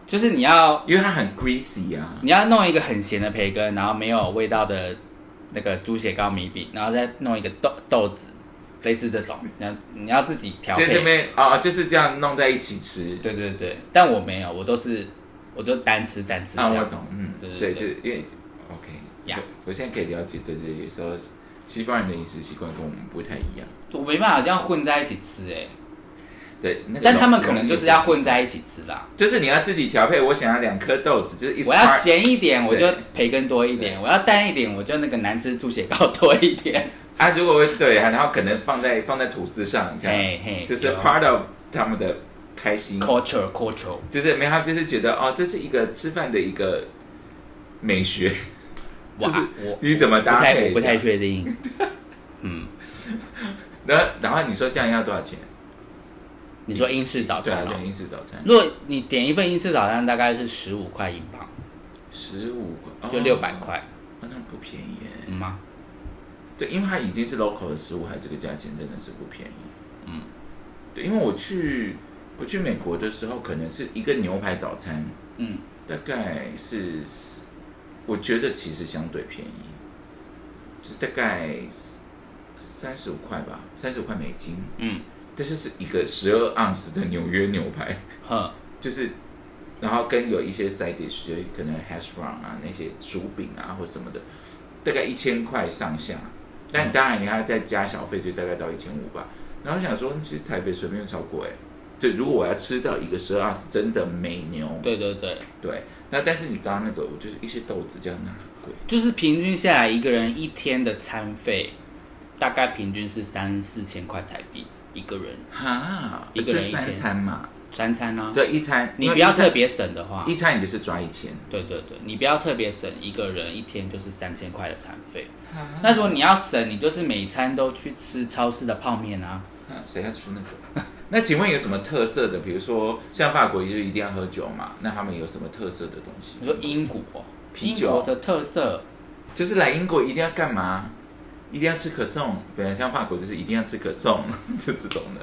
[SPEAKER 4] 就是你要
[SPEAKER 3] 因为它很 greasy 啊。
[SPEAKER 4] 你要弄一个很咸的培根，然后没有味道的那个猪血糕米饼，然后再弄一个豆豆子，类似这种，你要你要自己调
[SPEAKER 3] 就
[SPEAKER 4] 配。
[SPEAKER 3] 这边啊、哦就是这样弄在一起吃。
[SPEAKER 4] 对对对，但我没有，我都是我就单吃单吃这
[SPEAKER 3] 啊，
[SPEAKER 4] 样。
[SPEAKER 3] 我懂，嗯，
[SPEAKER 4] 对
[SPEAKER 3] 对，
[SPEAKER 4] 对
[SPEAKER 3] 就因为 OK，
[SPEAKER 4] 呀
[SPEAKER 3] 对我现在可以了解，对对，对有时候西方人的饮食习惯跟我们不太一样。
[SPEAKER 4] 我没办法这样混在一起吃哎、
[SPEAKER 3] 对，那个
[SPEAKER 4] 但
[SPEAKER 3] 浓
[SPEAKER 4] 他们可能就是要，混
[SPEAKER 3] 浓
[SPEAKER 4] 在一起吃啦。
[SPEAKER 3] 郁就是你要自己调配。我想要两颗豆子，就是一
[SPEAKER 4] 我要
[SPEAKER 3] square-
[SPEAKER 4] 咸一点，我就
[SPEAKER 3] 对
[SPEAKER 4] 培根多一点；我要淡一点，我就那个难吃猪血糕多一 点。
[SPEAKER 3] 啊，如果会对，然后可能放在放在吐司上这样，
[SPEAKER 4] 嘿嘿，
[SPEAKER 3] 啊就是 part of 他们的开心，
[SPEAKER 4] culture culture。
[SPEAKER 3] 就是没有他们就是觉得哦，这是一个吃饭的一个美学，
[SPEAKER 4] 哇
[SPEAKER 3] 就是
[SPEAKER 4] 我
[SPEAKER 3] 你怎么
[SPEAKER 4] 不
[SPEAKER 3] 搭
[SPEAKER 4] 太我
[SPEAKER 3] 配
[SPEAKER 4] 不
[SPEAKER 3] 这
[SPEAKER 4] 太
[SPEAKER 3] 样？
[SPEAKER 4] 确定。
[SPEAKER 3] 然后然后你说这样要多少钱？
[SPEAKER 4] 你说英式早
[SPEAKER 3] 对啊
[SPEAKER 4] 餐，哦、
[SPEAKER 3] 对，英式早餐
[SPEAKER 4] 如果你点一份英式早餐，大概是十五块英镑，
[SPEAKER 3] 十五块，
[SPEAKER 4] 就
[SPEAKER 3] 哦
[SPEAKER 4] 六百，块，
[SPEAKER 3] 哦那不便宜耶。
[SPEAKER 4] 嗯吗？
[SPEAKER 3] 对，因为它已经是 local 的食物，还这个价钱真的是不便宜。嗯，对，因为我去我去美国的时候，可能是一个牛排早餐，
[SPEAKER 4] 嗯，
[SPEAKER 3] 大概是，我觉得其实相对便宜，就是大概三十五块吧，三十五块美金。
[SPEAKER 4] 嗯，
[SPEAKER 3] 但是是一个十二盎司的纽约牛排，
[SPEAKER 4] 呵，
[SPEAKER 3] 就是。然后跟有一些 side dish，就是可能 hash brown 啊，那些薯饼啊或什么的，大概一千块上下。但
[SPEAKER 4] 嗯
[SPEAKER 3] 当然你还要再加小费，就大概到一千五吧。然后我想说，嗯其实台北随便就超过哎、欸，就如果我要吃到一个十二盎司真的美牛，
[SPEAKER 4] 对对对，
[SPEAKER 3] 对，那但是你刚刚那个，我就是一些豆子这样那很贵，
[SPEAKER 4] 就是平均下来一个人一天的餐费，大概平均是三四千块台币一个人，
[SPEAKER 3] 哈，
[SPEAKER 4] 一个
[SPEAKER 3] 吃
[SPEAKER 4] 人一
[SPEAKER 3] 三
[SPEAKER 4] 天
[SPEAKER 3] 餐嘛，
[SPEAKER 4] 三餐呢、啊？
[SPEAKER 3] 对，一餐，
[SPEAKER 4] 你
[SPEAKER 3] 因为
[SPEAKER 4] 不要
[SPEAKER 3] 一餐
[SPEAKER 4] 特别省的话
[SPEAKER 3] 一，餐，你就是抓一千，
[SPEAKER 4] 对对对，你不要特别省，一个人一天就是三千块的餐费。那如果你要省，你就是每餐都去吃超市的泡面啊，
[SPEAKER 3] 那谁要出那个？ 那请问有什么特色的？比如说像法国就是一定要喝酒嘛，那他们有什么特色的东西？
[SPEAKER 4] 你说英国
[SPEAKER 3] 啤
[SPEAKER 4] 英
[SPEAKER 3] 酒
[SPEAKER 4] 国的特色，
[SPEAKER 3] 就是来英国一定要干嘛？一定要吃可颂，本来像法国就是一定要吃可颂， 就这种的，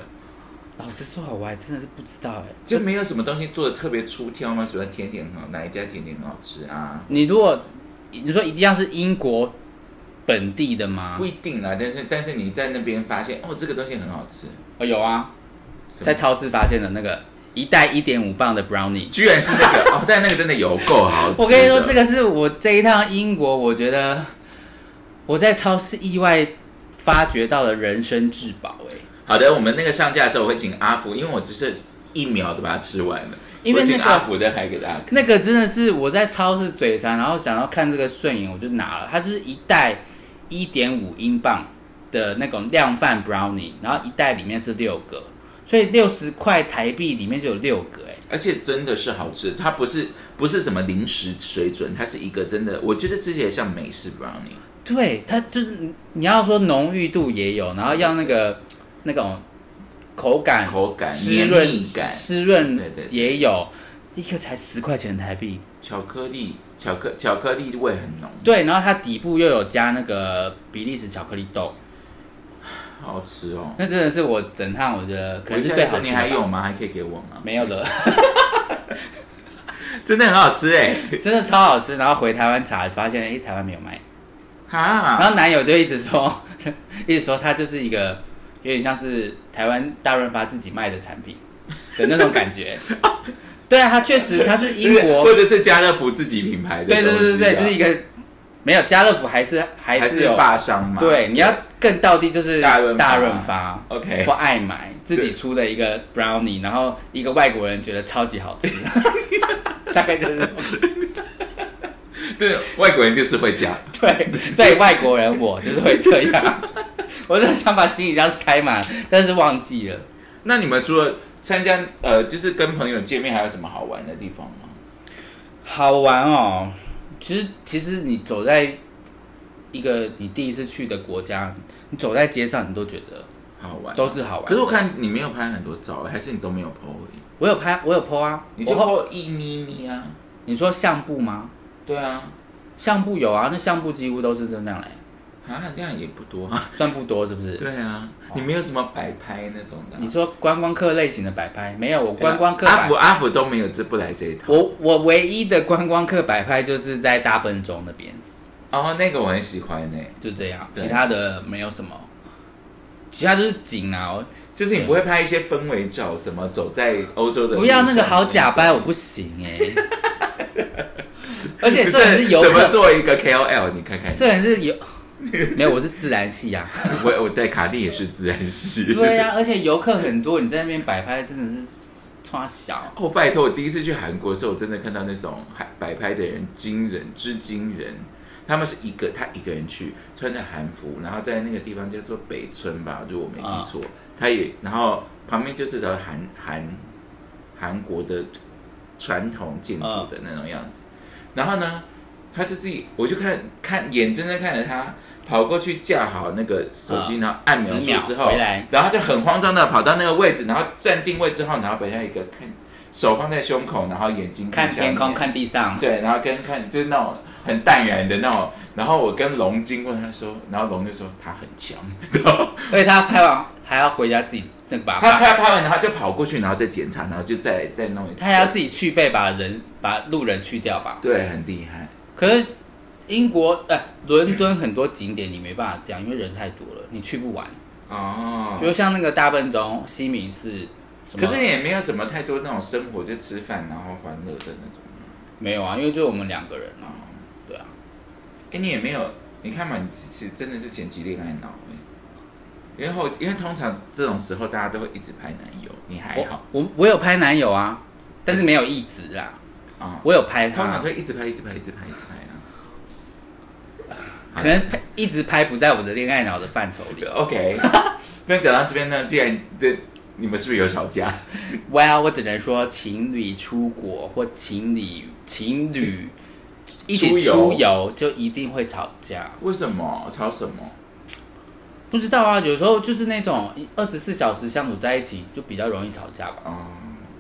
[SPEAKER 4] 老实说，我还真的是不知道哎。
[SPEAKER 3] 就没有什么东西做的特别出挑吗？主要甜点很好，哪一家甜点很好吃啊？
[SPEAKER 4] 你如果你说一定要是英国本地的吗
[SPEAKER 3] 不？一定啦，但是但是你在那边发现哦，这个东西很好吃，
[SPEAKER 4] 哦，有啊，
[SPEAKER 3] 什么
[SPEAKER 4] 在超市发现的那个一袋一点五磅的 brownie。
[SPEAKER 3] 居然是那个 哦，但那个真的有够好吃的。
[SPEAKER 4] 我跟你说，这个是我这一趟英国，我觉得我在超市意外发掘到了人生至宝哎、
[SPEAKER 3] 好的，我们那个上架的时候我会请阿福，因为我只是一秒的把它吃完了，
[SPEAKER 4] 因为
[SPEAKER 3] 我
[SPEAKER 4] 那个
[SPEAKER 3] 请阿福的还给大家看。
[SPEAKER 4] 那个真的是我在超市嘴馋，然后想要看这个顺眼，我就拿了。它就是一袋一点五英镑的那种量贩 brownie，然后一袋里面是六个，所以六十块台币里面就有六个、哎，
[SPEAKER 3] 而且真的是好吃，它不是不是什么零食水准，它是一个真的，我觉得吃起来像美式 brownie。
[SPEAKER 4] 对，它就是你你要说浓郁度也有，然后要那个那种口感、
[SPEAKER 3] 口感
[SPEAKER 4] 湿润
[SPEAKER 3] 绵密感
[SPEAKER 4] 湿润
[SPEAKER 3] 对对对
[SPEAKER 4] 也有，一个才十块钱台币，
[SPEAKER 3] 巧克力，巧克巧克力味很浓，
[SPEAKER 4] 对，然后它底部又有加那个比利时巧克力豆。
[SPEAKER 3] 好好吃哦。
[SPEAKER 4] 那真的是我整趟我觉得可
[SPEAKER 3] 我
[SPEAKER 4] 能
[SPEAKER 3] 一
[SPEAKER 4] 是
[SPEAKER 3] 下
[SPEAKER 4] 最
[SPEAKER 3] 子
[SPEAKER 4] 好吃
[SPEAKER 3] 你
[SPEAKER 4] 的吧
[SPEAKER 3] 还有吗？还可以给我吗？
[SPEAKER 4] 没有了，
[SPEAKER 3] 真的很好吃哎、
[SPEAKER 4] 真的超好吃。然后回台湾查，发现哎、诶台湾没有卖。然
[SPEAKER 3] 哈，
[SPEAKER 4] 后男友就一直说， 一直说它就是一个有点像是台湾大润发自己卖的产品的那种感觉。对啊，它确实它是英国
[SPEAKER 3] 或，者是家乐福自己品牌的
[SPEAKER 4] 对对对对对，
[SPEAKER 3] 东
[SPEAKER 4] 就
[SPEAKER 3] 西啊
[SPEAKER 4] 是一个没有家乐福还是还
[SPEAKER 3] 还
[SPEAKER 4] 是
[SPEAKER 3] 是
[SPEAKER 4] 有。
[SPEAKER 3] 发商嘛？
[SPEAKER 4] 对，你要更到地就是
[SPEAKER 3] 大润发
[SPEAKER 4] 大润发
[SPEAKER 3] OK
[SPEAKER 4] 或爱买自己出的一个 brownie，然后一个外国人觉得超级好吃， 大概就是这种
[SPEAKER 3] 对外国人就是会讲，
[SPEAKER 4] 对，对外国人我就是会这样，我真的想把行李箱塞满，但是忘记了。
[SPEAKER 3] 那你们除了参加呃，就是跟朋友见面，还有什么好玩的地方吗？
[SPEAKER 4] 好玩哦！其实，其实你走在一个你第一次去的国家，你走在街上，你都觉得
[SPEAKER 3] 好玩
[SPEAKER 4] 都是好玩的。
[SPEAKER 3] 可是我看你没有拍很多照，还是你都没有 PO 而已。
[SPEAKER 4] 我有拍，我有 PO 啊，
[SPEAKER 3] 你
[SPEAKER 4] 我
[SPEAKER 3] 就
[SPEAKER 4] po-
[SPEAKER 3] PO 一咪咪啊？
[SPEAKER 4] 你说相簿吗？
[SPEAKER 3] 对啊，
[SPEAKER 4] 相簿有啊，那相簿几乎都是这样来，
[SPEAKER 3] 啊量也不 多啊。
[SPEAKER 4] 算不多是不是？
[SPEAKER 3] 对啊， 你没有什么摆拍那种的啊、
[SPEAKER 4] 你说观光客类型的摆拍没有，我观光客
[SPEAKER 3] 阿
[SPEAKER 4] 摆
[SPEAKER 3] 福阿福都没有这不来这一套。
[SPEAKER 4] 我我唯一的观光客摆拍就是在大笨钟那边。
[SPEAKER 3] 哦，那个我很喜欢呢、
[SPEAKER 4] 就这样，
[SPEAKER 3] 对
[SPEAKER 4] 其他的没有什么，其他就是景啊，我
[SPEAKER 3] 就是你不会拍一些氛围照，什么走在欧洲的
[SPEAKER 4] 不要那个好假
[SPEAKER 3] 扮。
[SPEAKER 4] 掰，我不行哎、 而且
[SPEAKER 3] 这
[SPEAKER 4] 这人是游
[SPEAKER 3] 怎么
[SPEAKER 4] 客，
[SPEAKER 3] 做一个 KOL？你看看，
[SPEAKER 4] 这人 是游，没有我是自然系 啊，
[SPEAKER 3] 我我对卡蒂也是自然系。
[SPEAKER 4] 对啊，而且游客很多，你在那边摆拍真的是穿小，
[SPEAKER 3] 哦，拜托！我第一次去韩国的时候，我真的看到那种海摆拍的人惊人之惊人。他们是一个他一个人去，穿着韩服，然后在那个地方叫做北村吧，如果我没
[SPEAKER 4] 啊
[SPEAKER 3] 记错，他也然后旁边就是个韩韩韩国的传统建筑的那种样子。然后呢，他就自己，我就看看眼睁睁看着他跑过去架好那个手机，
[SPEAKER 4] 嗯
[SPEAKER 3] 然后按秒
[SPEAKER 4] 10秒
[SPEAKER 3] 数之后，
[SPEAKER 4] 回来
[SPEAKER 3] 然后他就很慌张的跑到那个位置，然后站定位之后，然后摆下一个看手放在胸口，然后眼睛
[SPEAKER 4] 看
[SPEAKER 3] 向
[SPEAKER 4] 天空，
[SPEAKER 3] 面
[SPEAKER 4] 看地上，
[SPEAKER 3] 对，然后跟看就是那种很淡然的那种。然后我跟龙经过，他说，然后龙就说他很强， 然后
[SPEAKER 4] 而且他拍完还要回家自己那个把
[SPEAKER 3] 他
[SPEAKER 4] 把，
[SPEAKER 3] 他拍完，然后就跑过去，然后再检查，然后就再再弄一次。
[SPEAKER 4] 他还要自己去背把人把路人去掉吧，
[SPEAKER 3] 对，很厉害。
[SPEAKER 4] 可是。英国呃，伦敦很多景点你没办法这样，因为人太多了，你去不完。比
[SPEAKER 3] 哦，
[SPEAKER 4] 如像那个大笨钟、西敏寺，什
[SPEAKER 3] 可
[SPEAKER 4] 么
[SPEAKER 3] 是也没有什么太多那种生活，就吃饭然后欢乐的那种。
[SPEAKER 4] 没有啊，因为就我们两个人啊，对啊，
[SPEAKER 3] 哎、你也没有，你看嘛，你其实真的是前期恋爱脑哎、因为后，因为通常这种时候大家都会一直拍男友，你还好
[SPEAKER 4] 我我我有拍男友啊，但是没有一直啦，
[SPEAKER 3] 啊、
[SPEAKER 4] 我有拍
[SPEAKER 3] 通常
[SPEAKER 4] 他
[SPEAKER 3] 都，会一直拍，一直拍，一直拍，一直啊拍
[SPEAKER 4] 可能拍一直拍不在我的恋爱脑的范畴里。
[SPEAKER 3] 啊。OK，那 讲到这边呢，既然对你们是不是有吵 架？
[SPEAKER 4] Well，我只能说情侣出国或情侣情侣一起
[SPEAKER 3] 出游
[SPEAKER 4] 出游就一定会吵架，
[SPEAKER 3] 为什么？吵什么？
[SPEAKER 4] 不知道啊，有时候就是那种二十四小时相处在一起，就比较容易吵架吧。
[SPEAKER 3] 哦，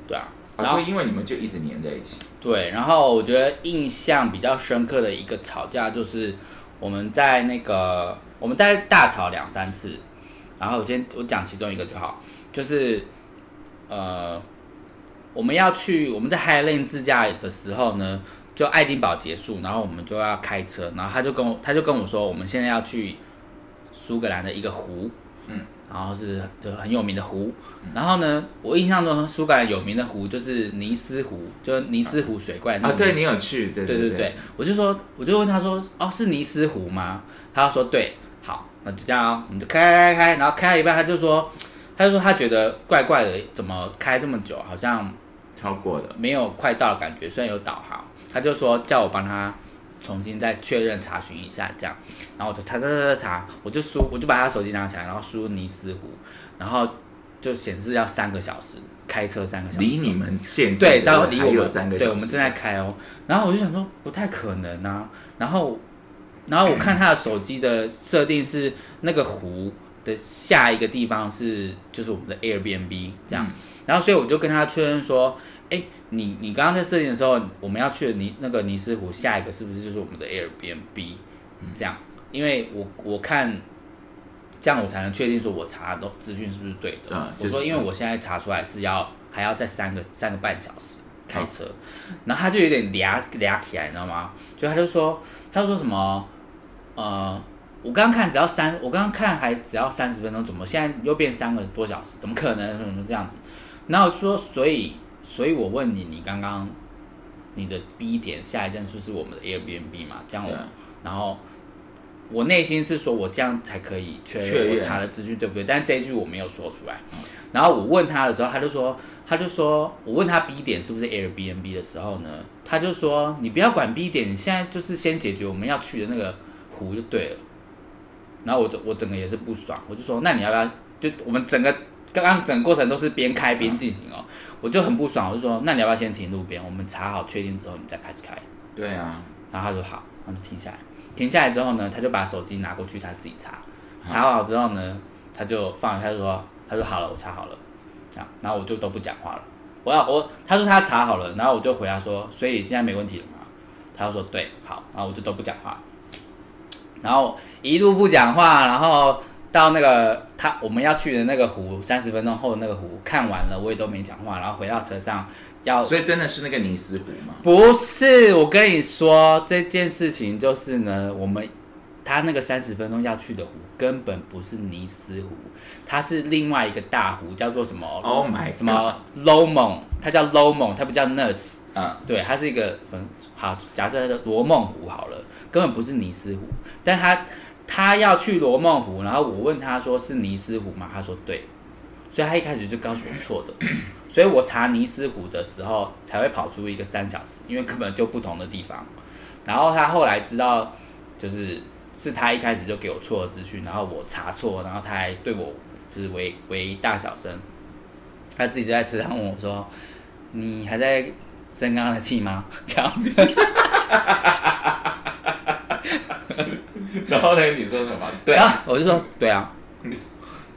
[SPEAKER 4] 对啊，然
[SPEAKER 3] 啊
[SPEAKER 4] 后
[SPEAKER 3] 对，因为你们就一直黏在一起。
[SPEAKER 4] 对，然后我觉得印象比较深刻的一个吵架就是我们在那个我们大概大吵两三次，然后我先我讲其中一个就好，就是呃我们要去我们在 High Lane 自驾的时候呢，就爱丁堡结束，然后我们就要开车，然后他就跟我他就跟我说我们现在要去苏格兰的一个湖，
[SPEAKER 3] 嗯，
[SPEAKER 4] 然后是就很有名的湖，然后呢，我印象中苏格兰有名的湖就是尼斯湖，就是尼斯湖水怪那
[SPEAKER 3] 啊，
[SPEAKER 4] 个
[SPEAKER 3] 对你有去，对
[SPEAKER 4] 对
[SPEAKER 3] 对
[SPEAKER 4] 嗯对对，我就说，我就问他说，哦，是尼斯湖吗？他说对，好，那就这样、哦，我们就开开开开，然后开到一半，他就说，他就说他觉得怪怪的，怎么开这么久，好像
[SPEAKER 3] 超过了。
[SPEAKER 4] 没有快到的感觉，虽然有导航，他就说叫我帮他重新再确认查询一下这样，然后我就查查查查查，我就输，我就把他手机拿起来，然后输入尼斯湖，然后就显示要三个小时，开车三个小时，
[SPEAKER 3] 离你们现在
[SPEAKER 4] 对，
[SPEAKER 3] 的
[SPEAKER 4] 到
[SPEAKER 3] 还
[SPEAKER 4] 离我
[SPEAKER 3] 有
[SPEAKER 4] 们
[SPEAKER 3] 三个小时，嗯
[SPEAKER 4] 对，我们正在开哦。然后我就想说，不太可能啊。然后，然后我看他的手机的设定是那个湖的下一个地方是就是我们的 Airbnb 这样。然后，所以我就跟他确认说，哎，你你刚刚在设定的时候，我们要去的尼那个尼斯湖下一个是不是就是我们的 Airbnb
[SPEAKER 3] 嗯
[SPEAKER 4] 这样？因为我我看。这样我才能确定说我查的资讯是不是对的。
[SPEAKER 3] 嗯就是
[SPEAKER 4] 我说，因为我现在查出来是要还要再三个三个半小时开车，
[SPEAKER 3] 嗯
[SPEAKER 4] 然后他就有点俩俩起来，你知道吗？就他就说，他就说什么，呃，我刚刚看只要三，我刚刚看还只要三十分钟，怎么现在又变三个多小时？怎么可能？怎么这样子？然后我就说，所以，所以我问你，你刚刚你的 B 点下一站是不是我们的 Airbnb 嘛？这样我
[SPEAKER 3] 对啊
[SPEAKER 4] 然后我内心是说我这样才可以确
[SPEAKER 3] 确
[SPEAKER 4] 认
[SPEAKER 3] 认
[SPEAKER 4] 我查的资讯对不对，但这一句我没有说出来。然后我问他的时候，他就说，他就说我问他 B 点是不是 Airbnb 的时候呢，他就说你不要管 B 点，你现在就是先解决我们要去的那个湖就对了。然后我整我整个也是不爽，我就说那你要不要？就我们整个刚刚整个过程都是边开边进行哦，我就很不爽，我就说那你要不要先停路边，我们查好确定之后你再开始开。
[SPEAKER 3] 对啊，
[SPEAKER 4] 然后他说好，然后就停下来。停下来之后呢，他就把手机拿过去，他自己查。查好之后呢，他就放，他就说，他说好了，我查好了，这样。然后我就都不讲话了。我要我，他说他查好了，然后我就回答说，所以现在没问题了吗？他就说对，好，然后我就都不讲话。然后一路不讲话，然后到那个他我们要去的那个湖，三十分钟后的那个湖看完了，我也都没讲话。然后回到车上要
[SPEAKER 3] 所以真的是那个尼斯湖嘛？
[SPEAKER 4] 不是，我跟你说这件事情就是呢，我们他那个三十分钟要去的湖根本不是尼斯湖，它是另外一个大湖，叫做什么
[SPEAKER 3] Oh my
[SPEAKER 4] 哦什么 Lomon，它叫 Lomon，它不叫 Nurse。
[SPEAKER 3] 嗯，
[SPEAKER 4] 对，它是一个分好，假设它叫罗梦湖好了，根本不是尼斯湖，但他他要去罗梦湖，然后我问他说是尼斯湖吗？他说对，所以他一开始就告诉我错的， 所以我查尼斯湖的时候才会跑出一个三小时，因为根本就不同的地方。然后他后来知道，就是是他一开始就给我错的资讯，然后我查错，然后他还对我就是为为大小声，他自己就在车上问我说：“你还在生刚刚的气吗？” 这样。
[SPEAKER 3] 然后呢，你说什么？
[SPEAKER 4] 对啊，我就说对啊，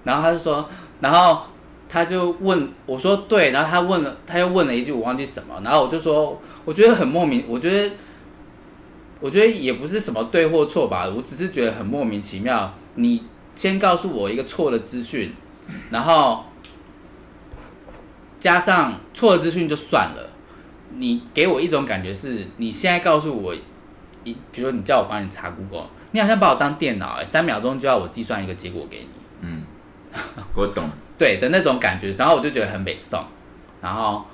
[SPEAKER 4] 然后他就说，然后他就问我说对，然后他问了，他又问了一句我忘记什么，然后我就说我觉得很莫名，我觉得我觉得也不是什么对或错吧，我只是觉得很莫名其妙。你先告诉我一个错的资讯，然后加上错的资讯就算了，你给我一种感觉是你现在告诉我一，比如说你叫我帮你查 Google，你好像把我当电脑、欸，三秒钟就要我计算一个结果给你，
[SPEAKER 3] 嗯，我懂。
[SPEAKER 4] 对的那种感觉，然后我就觉得很美送，然后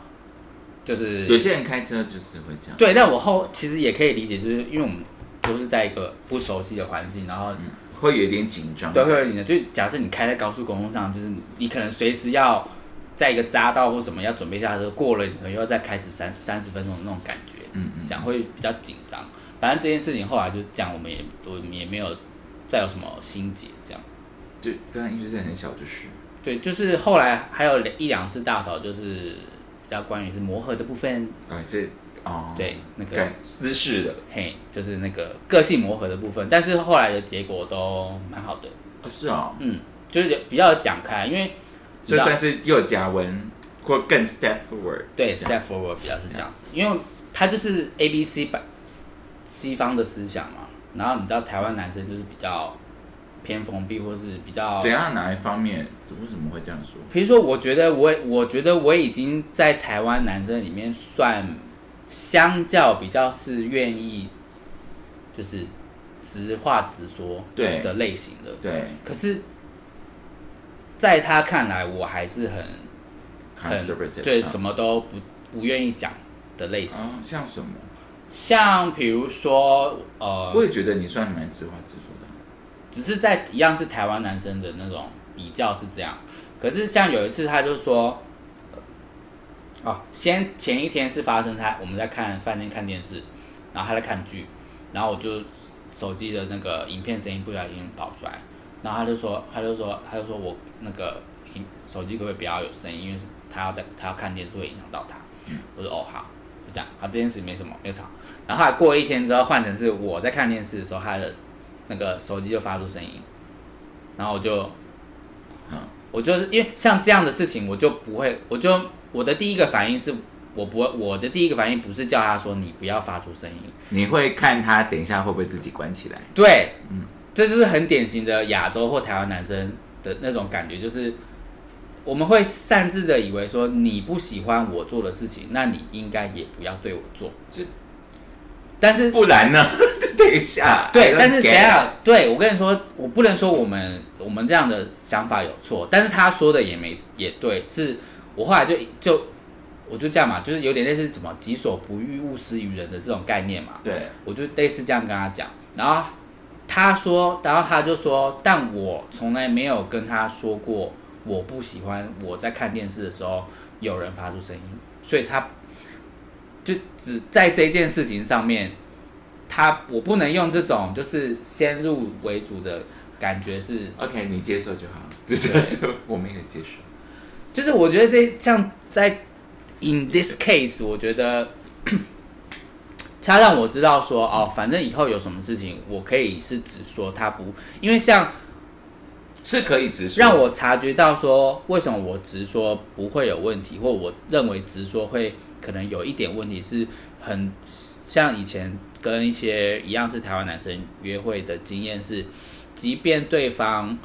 [SPEAKER 4] 就是
[SPEAKER 3] 有些人开车就是会这样。
[SPEAKER 4] 对，但我后其实也可以理解，就是因为我们都是在一个不熟悉的环境，然后
[SPEAKER 3] 嗯，会有一点紧张。
[SPEAKER 4] 对会有你的，就假设你开在高速公路上，就是你可能随时要在一个匝道或什么要准备下车，过了你可能又要再开始三三十分钟的那种感觉，
[SPEAKER 3] 嗯嗯
[SPEAKER 4] 想会比较紧张。反正这件事情后来就这样，我们也我们也没有再有什么心结这样。
[SPEAKER 3] 就对啊，就是很小的事。
[SPEAKER 4] 对，就是后来还有一两次大吵，就是比较关于是磨合的部分，
[SPEAKER 3] 啊，是哦，
[SPEAKER 4] 对，那个
[SPEAKER 3] 干私事的。
[SPEAKER 4] 嘿，就是那个个性磨合的部分，但是后来的结果都蛮好的，
[SPEAKER 3] 哦是哦，
[SPEAKER 4] 嗯就是比较讲开，因为
[SPEAKER 3] 所以
[SPEAKER 4] 你知道
[SPEAKER 3] 算是又加温或更 step forward。
[SPEAKER 4] 对
[SPEAKER 3] 这样
[SPEAKER 4] step forward 比较是这样子，因为他就是 A B C 版西方的思想嘛，然后你知道台湾男生就是比较偏封闭，或是比较
[SPEAKER 3] 怎样哪一方面？怎为什么会这样说？
[SPEAKER 4] 比如说，我觉得我我觉得我已经在台湾男生里面算相较比较是愿意，就是直话直说
[SPEAKER 3] 对
[SPEAKER 4] 的类型的。
[SPEAKER 3] 对
[SPEAKER 4] 可是，在他看来，我还是很
[SPEAKER 3] ，conservative
[SPEAKER 4] 很对
[SPEAKER 3] 嗯
[SPEAKER 4] 什么都不不愿意讲的类型。
[SPEAKER 3] 哦，像什么？
[SPEAKER 4] 像比如说，呃，
[SPEAKER 3] 我也觉得你算蛮直话直说的。
[SPEAKER 4] 只是在一样是台湾男生的那种比较是这样，可是像有一次他就说，哦，先前一天是发生他我们在看饭店看电视，然后他在看剧，然后我就手机的那个影片声音不小心跑出来，然后他就说他就说他就说我那个影手机可不可以不要有声音，因为是他要在他要看电视会影响到他，我说哦好，就这样，好这件事没什么没有吵，然后后来过一天之后换成是我在看电视的时候他的。那个手机就发出声音，然后我就，
[SPEAKER 3] 嗯，
[SPEAKER 4] 我就是因为像这样的事情，我就不会，我就我的第一个反应是我不会，我的第一个反应不是叫他说你不要发出声音，
[SPEAKER 3] 你会看他等一下会不会自己关起来？
[SPEAKER 4] 对，
[SPEAKER 3] 嗯，
[SPEAKER 4] 这就是很典型的亚洲或台湾男生的那种感觉，就是我们会擅自的以为说你不喜欢我做的事情，那你应该也不要对我做，
[SPEAKER 3] 这
[SPEAKER 4] 但是
[SPEAKER 3] 不然呢？ 等一下，I
[SPEAKER 4] 对，
[SPEAKER 3] don't
[SPEAKER 4] 但是
[SPEAKER 3] get
[SPEAKER 4] 等一下，对我跟你说，我不能说我们我们这样的想法有错，但是他说的也没也对，是我后来就就我就这样嘛，就是有点类似什么“己所不欲，勿施于人”的这种概念嘛，
[SPEAKER 3] 对，
[SPEAKER 4] 我就类似这样跟他讲，然后他说，然后他就说，但我从来没有跟他说过我不喜欢我在看电视的时候有人发出声音，所以他就只在这件事情上面，他我不能用这种就是先入为主的感觉是，
[SPEAKER 3] OK，你接受就好，就是就 我们也接受。
[SPEAKER 4] 就是我觉得这像在 in this case，我觉得他让我知道说哦，反正以后有什么事情，我可以是只说他不，因为像
[SPEAKER 3] 是可以直说，
[SPEAKER 4] 让我察觉到说，为什么我直说不会有问题，或我认为直说会可能有一点问题，是很像以前跟一些一样是台湾男生约会的经验是，即便对方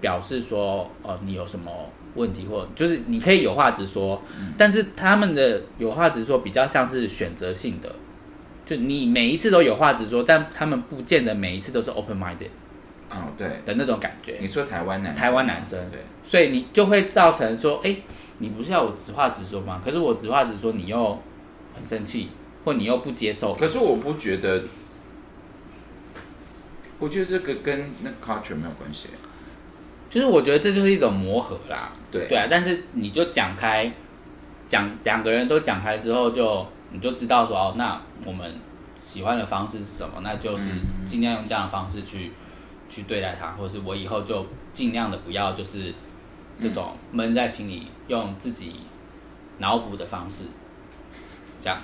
[SPEAKER 4] 表示说，哦，你有什么问题，或就是你可以有话直说，
[SPEAKER 3] 嗯
[SPEAKER 4] 但是他们的有话直说比较像是选择性的，就你每一次都有话直说，但他们不见得每一次都是 open minded
[SPEAKER 3] 哦，对，
[SPEAKER 4] 的那种感觉。
[SPEAKER 3] 你说台湾男生，
[SPEAKER 4] 台湾男生
[SPEAKER 3] 对，
[SPEAKER 4] 所以你就会造成说，哎、你不是要我直话直说吗？可是我直话直说，你又很生气，或你又不接受。
[SPEAKER 3] 可是我不觉得，我觉得这个跟那 culture 没有关系。
[SPEAKER 4] 就是我觉得这就是一种磨合啦，
[SPEAKER 3] 对
[SPEAKER 4] 对啊。但是你就讲开，讲两个人都讲开之后就，你就知道说，哦，那我们喜欢的方式是什么？那就是尽量用这样的方式去、去对待他，或是我以后就尽量的不要就是这种闷在心里，用自己脑补的方式，这样。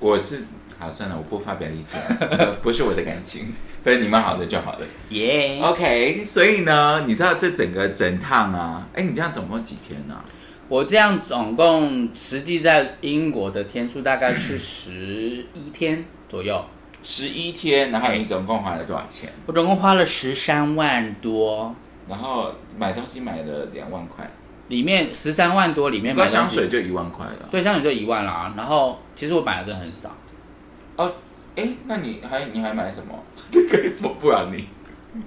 [SPEAKER 3] 我是好算了，我不发表意 见，呃不是我的感情，反正你们好的就好了。
[SPEAKER 4] 耶
[SPEAKER 3] OK，所以呢，你知道这整个整趟啊，哎，你这样总共几天啊呢、
[SPEAKER 4] 我这样总共实际在英国的天数大概是十一天左右，
[SPEAKER 3] 十一天，然后你总共花了多少钱？
[SPEAKER 4] 我总共花了十三万多，
[SPEAKER 3] 然后买东西买了两万块，
[SPEAKER 4] 里面十三万多里面买
[SPEAKER 3] 光
[SPEAKER 4] 东西
[SPEAKER 3] 香水就一万块了。
[SPEAKER 4] 对香水就一万啦，然后其实我买的真的很少，
[SPEAKER 3] 哦，哎，那你还你还买什么？ 不不然你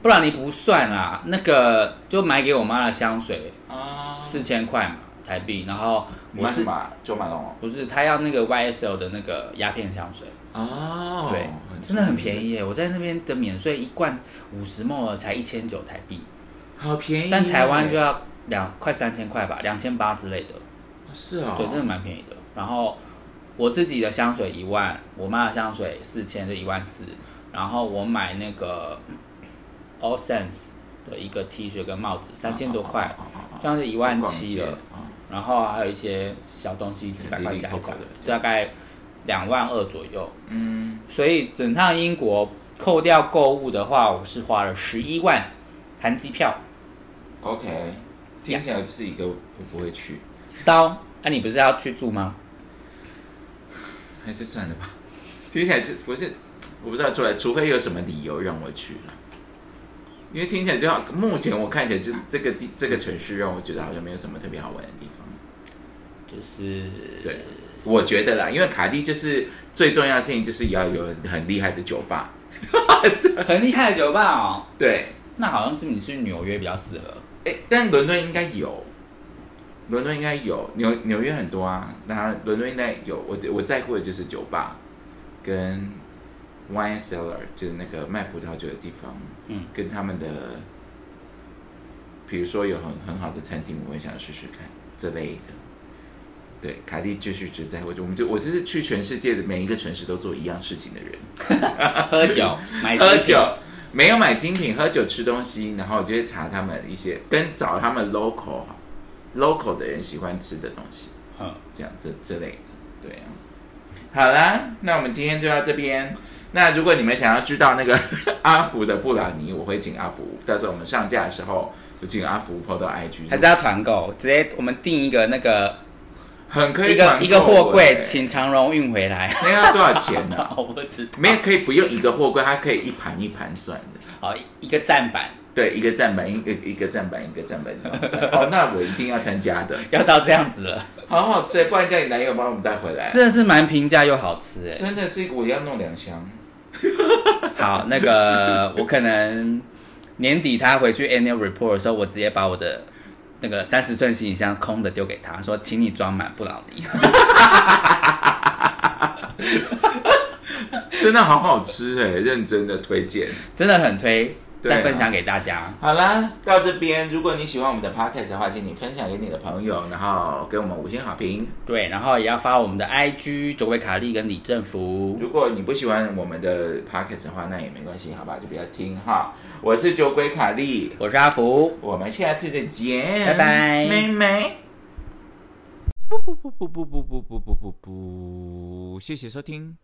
[SPEAKER 4] 布朗尼不算啦，那个就买给我妈的香水
[SPEAKER 3] 啊，
[SPEAKER 4] 四千块嘛台币，然后
[SPEAKER 3] 你
[SPEAKER 4] 我
[SPEAKER 3] 买什
[SPEAKER 4] 是
[SPEAKER 3] 么啊？九马龙哦。
[SPEAKER 4] 不是她要那个 YSL 的那个鸦片香水。
[SPEAKER 3] 哦，
[SPEAKER 4] 对，真的很便
[SPEAKER 3] 宜，
[SPEAKER 4] 宜耶！我在那边的免税一罐五十 ml 才一千九台币，
[SPEAKER 3] 好便宜。
[SPEAKER 4] 但台湾就要两快三千块吧，两千八之类的，
[SPEAKER 3] 是哦，
[SPEAKER 4] 对，真的蛮便宜的。然后我自己的香水一万，我妈的香水四千，就一万四。然后我买那个 All Sense 的一个 T 恤跟帽子，三千多块，
[SPEAKER 3] 哦，哦哦哦
[SPEAKER 4] 这样就一万七了。
[SPEAKER 3] 哦
[SPEAKER 4] 然后还有一些小东西，几百块加一加
[SPEAKER 3] 零零扣扣的，
[SPEAKER 4] 大概两万二左右。
[SPEAKER 3] 嗯，
[SPEAKER 4] 所以整趟英国扣掉购物的话，我是花了十一万，含机票。
[SPEAKER 3] OK，听起来就是一个我不会去，
[SPEAKER 4] 骚，那、啊你不是要去住吗？
[SPEAKER 3] 还是算了吧。 听起来就不是，我不知道出来，除非有什么理由让我去了。因为听起来就好，目前我看起来就是这个地这个城市让我觉得好像没有什么特别好玩的地方。
[SPEAKER 4] 就是
[SPEAKER 3] 对，我觉得啦，因为卡蒂就是最重要的事情就是要有很厉害的酒吧。
[SPEAKER 4] 很厉害的酒吧哦。
[SPEAKER 3] 对，
[SPEAKER 4] 那好像是你去纽约比较适合。
[SPEAKER 3] 哎，但伦敦应该有，伦敦应该有，纽纽约很多啊，那伦敦应该有。我我在乎的就是酒吧跟 wine cellar，就是那个卖葡萄酒的地方，
[SPEAKER 4] 嗯，
[SPEAKER 3] 跟他们的，比如说有很很好的餐厅，我也想试试看这类的。对，卡蒂就是只在乎，我们就我就是去全世界的每一个城市都做一样事情的人。
[SPEAKER 4] 啊喝酒，买
[SPEAKER 3] 喝
[SPEAKER 4] 精品
[SPEAKER 3] 酒，没有买精品，喝酒吃东西，然后我就会查他们一些跟找他们 local 哈 local 的人喜欢吃的东西，
[SPEAKER 4] 嗯，
[SPEAKER 3] 这样这这类的，对啊。好啦，那我们今天就到这边。那如果你们想要知道那个 阿福的布朗尼，我会请阿福，到时候我们上架的时候，我请阿福 PO 到 IG，
[SPEAKER 4] 还是要团购，直接我们订一个那个
[SPEAKER 3] 很可以
[SPEAKER 4] 一个
[SPEAKER 3] 团购
[SPEAKER 4] 一个货柜，
[SPEAKER 3] 欸
[SPEAKER 4] 请长荣运回来。
[SPEAKER 3] 那要多少钱呢、
[SPEAKER 4] 我不知道，
[SPEAKER 3] 没有可以不用一个货柜，它可以一盘一盘算的。
[SPEAKER 4] 好一一个站板
[SPEAKER 3] 对，一个站板，一个一个站板，一个站板这样 算。哦，那我一定要参加的，
[SPEAKER 4] 要到这样子了，
[SPEAKER 3] 好好吃，不然叫你男友帮我们带回来。
[SPEAKER 4] 真的是蛮平价又好吃哎。
[SPEAKER 3] 真的是，我要弄两箱。
[SPEAKER 4] 好，那个我可能年底他回去 annual report 的时候，我直接把我的那个三十寸行李箱空的丢给他，说请你装满布朗尼。
[SPEAKER 3] 真的好好吃哎，认真的推荐。
[SPEAKER 4] 真的很推，
[SPEAKER 3] 对啊
[SPEAKER 4] 再分享给大家。
[SPEAKER 3] 好啦，到这边，如果你喜欢我们的 podcast 的话，请你分享给你的朋友，然后给我们五星好评。
[SPEAKER 4] 对，然后也要发我们的 IG 九位卡利跟李正福，
[SPEAKER 3] 如果你不喜欢我们的 podcast 的话，那也没关系，好吧，就不要听哈。我是酒鬼卡莉，
[SPEAKER 4] 我是阿福，
[SPEAKER 3] 我们下次再见，
[SPEAKER 4] 拜拜
[SPEAKER 3] 妹妹。
[SPEAKER 2] 不不不不不不不不不不不，谢谢收听。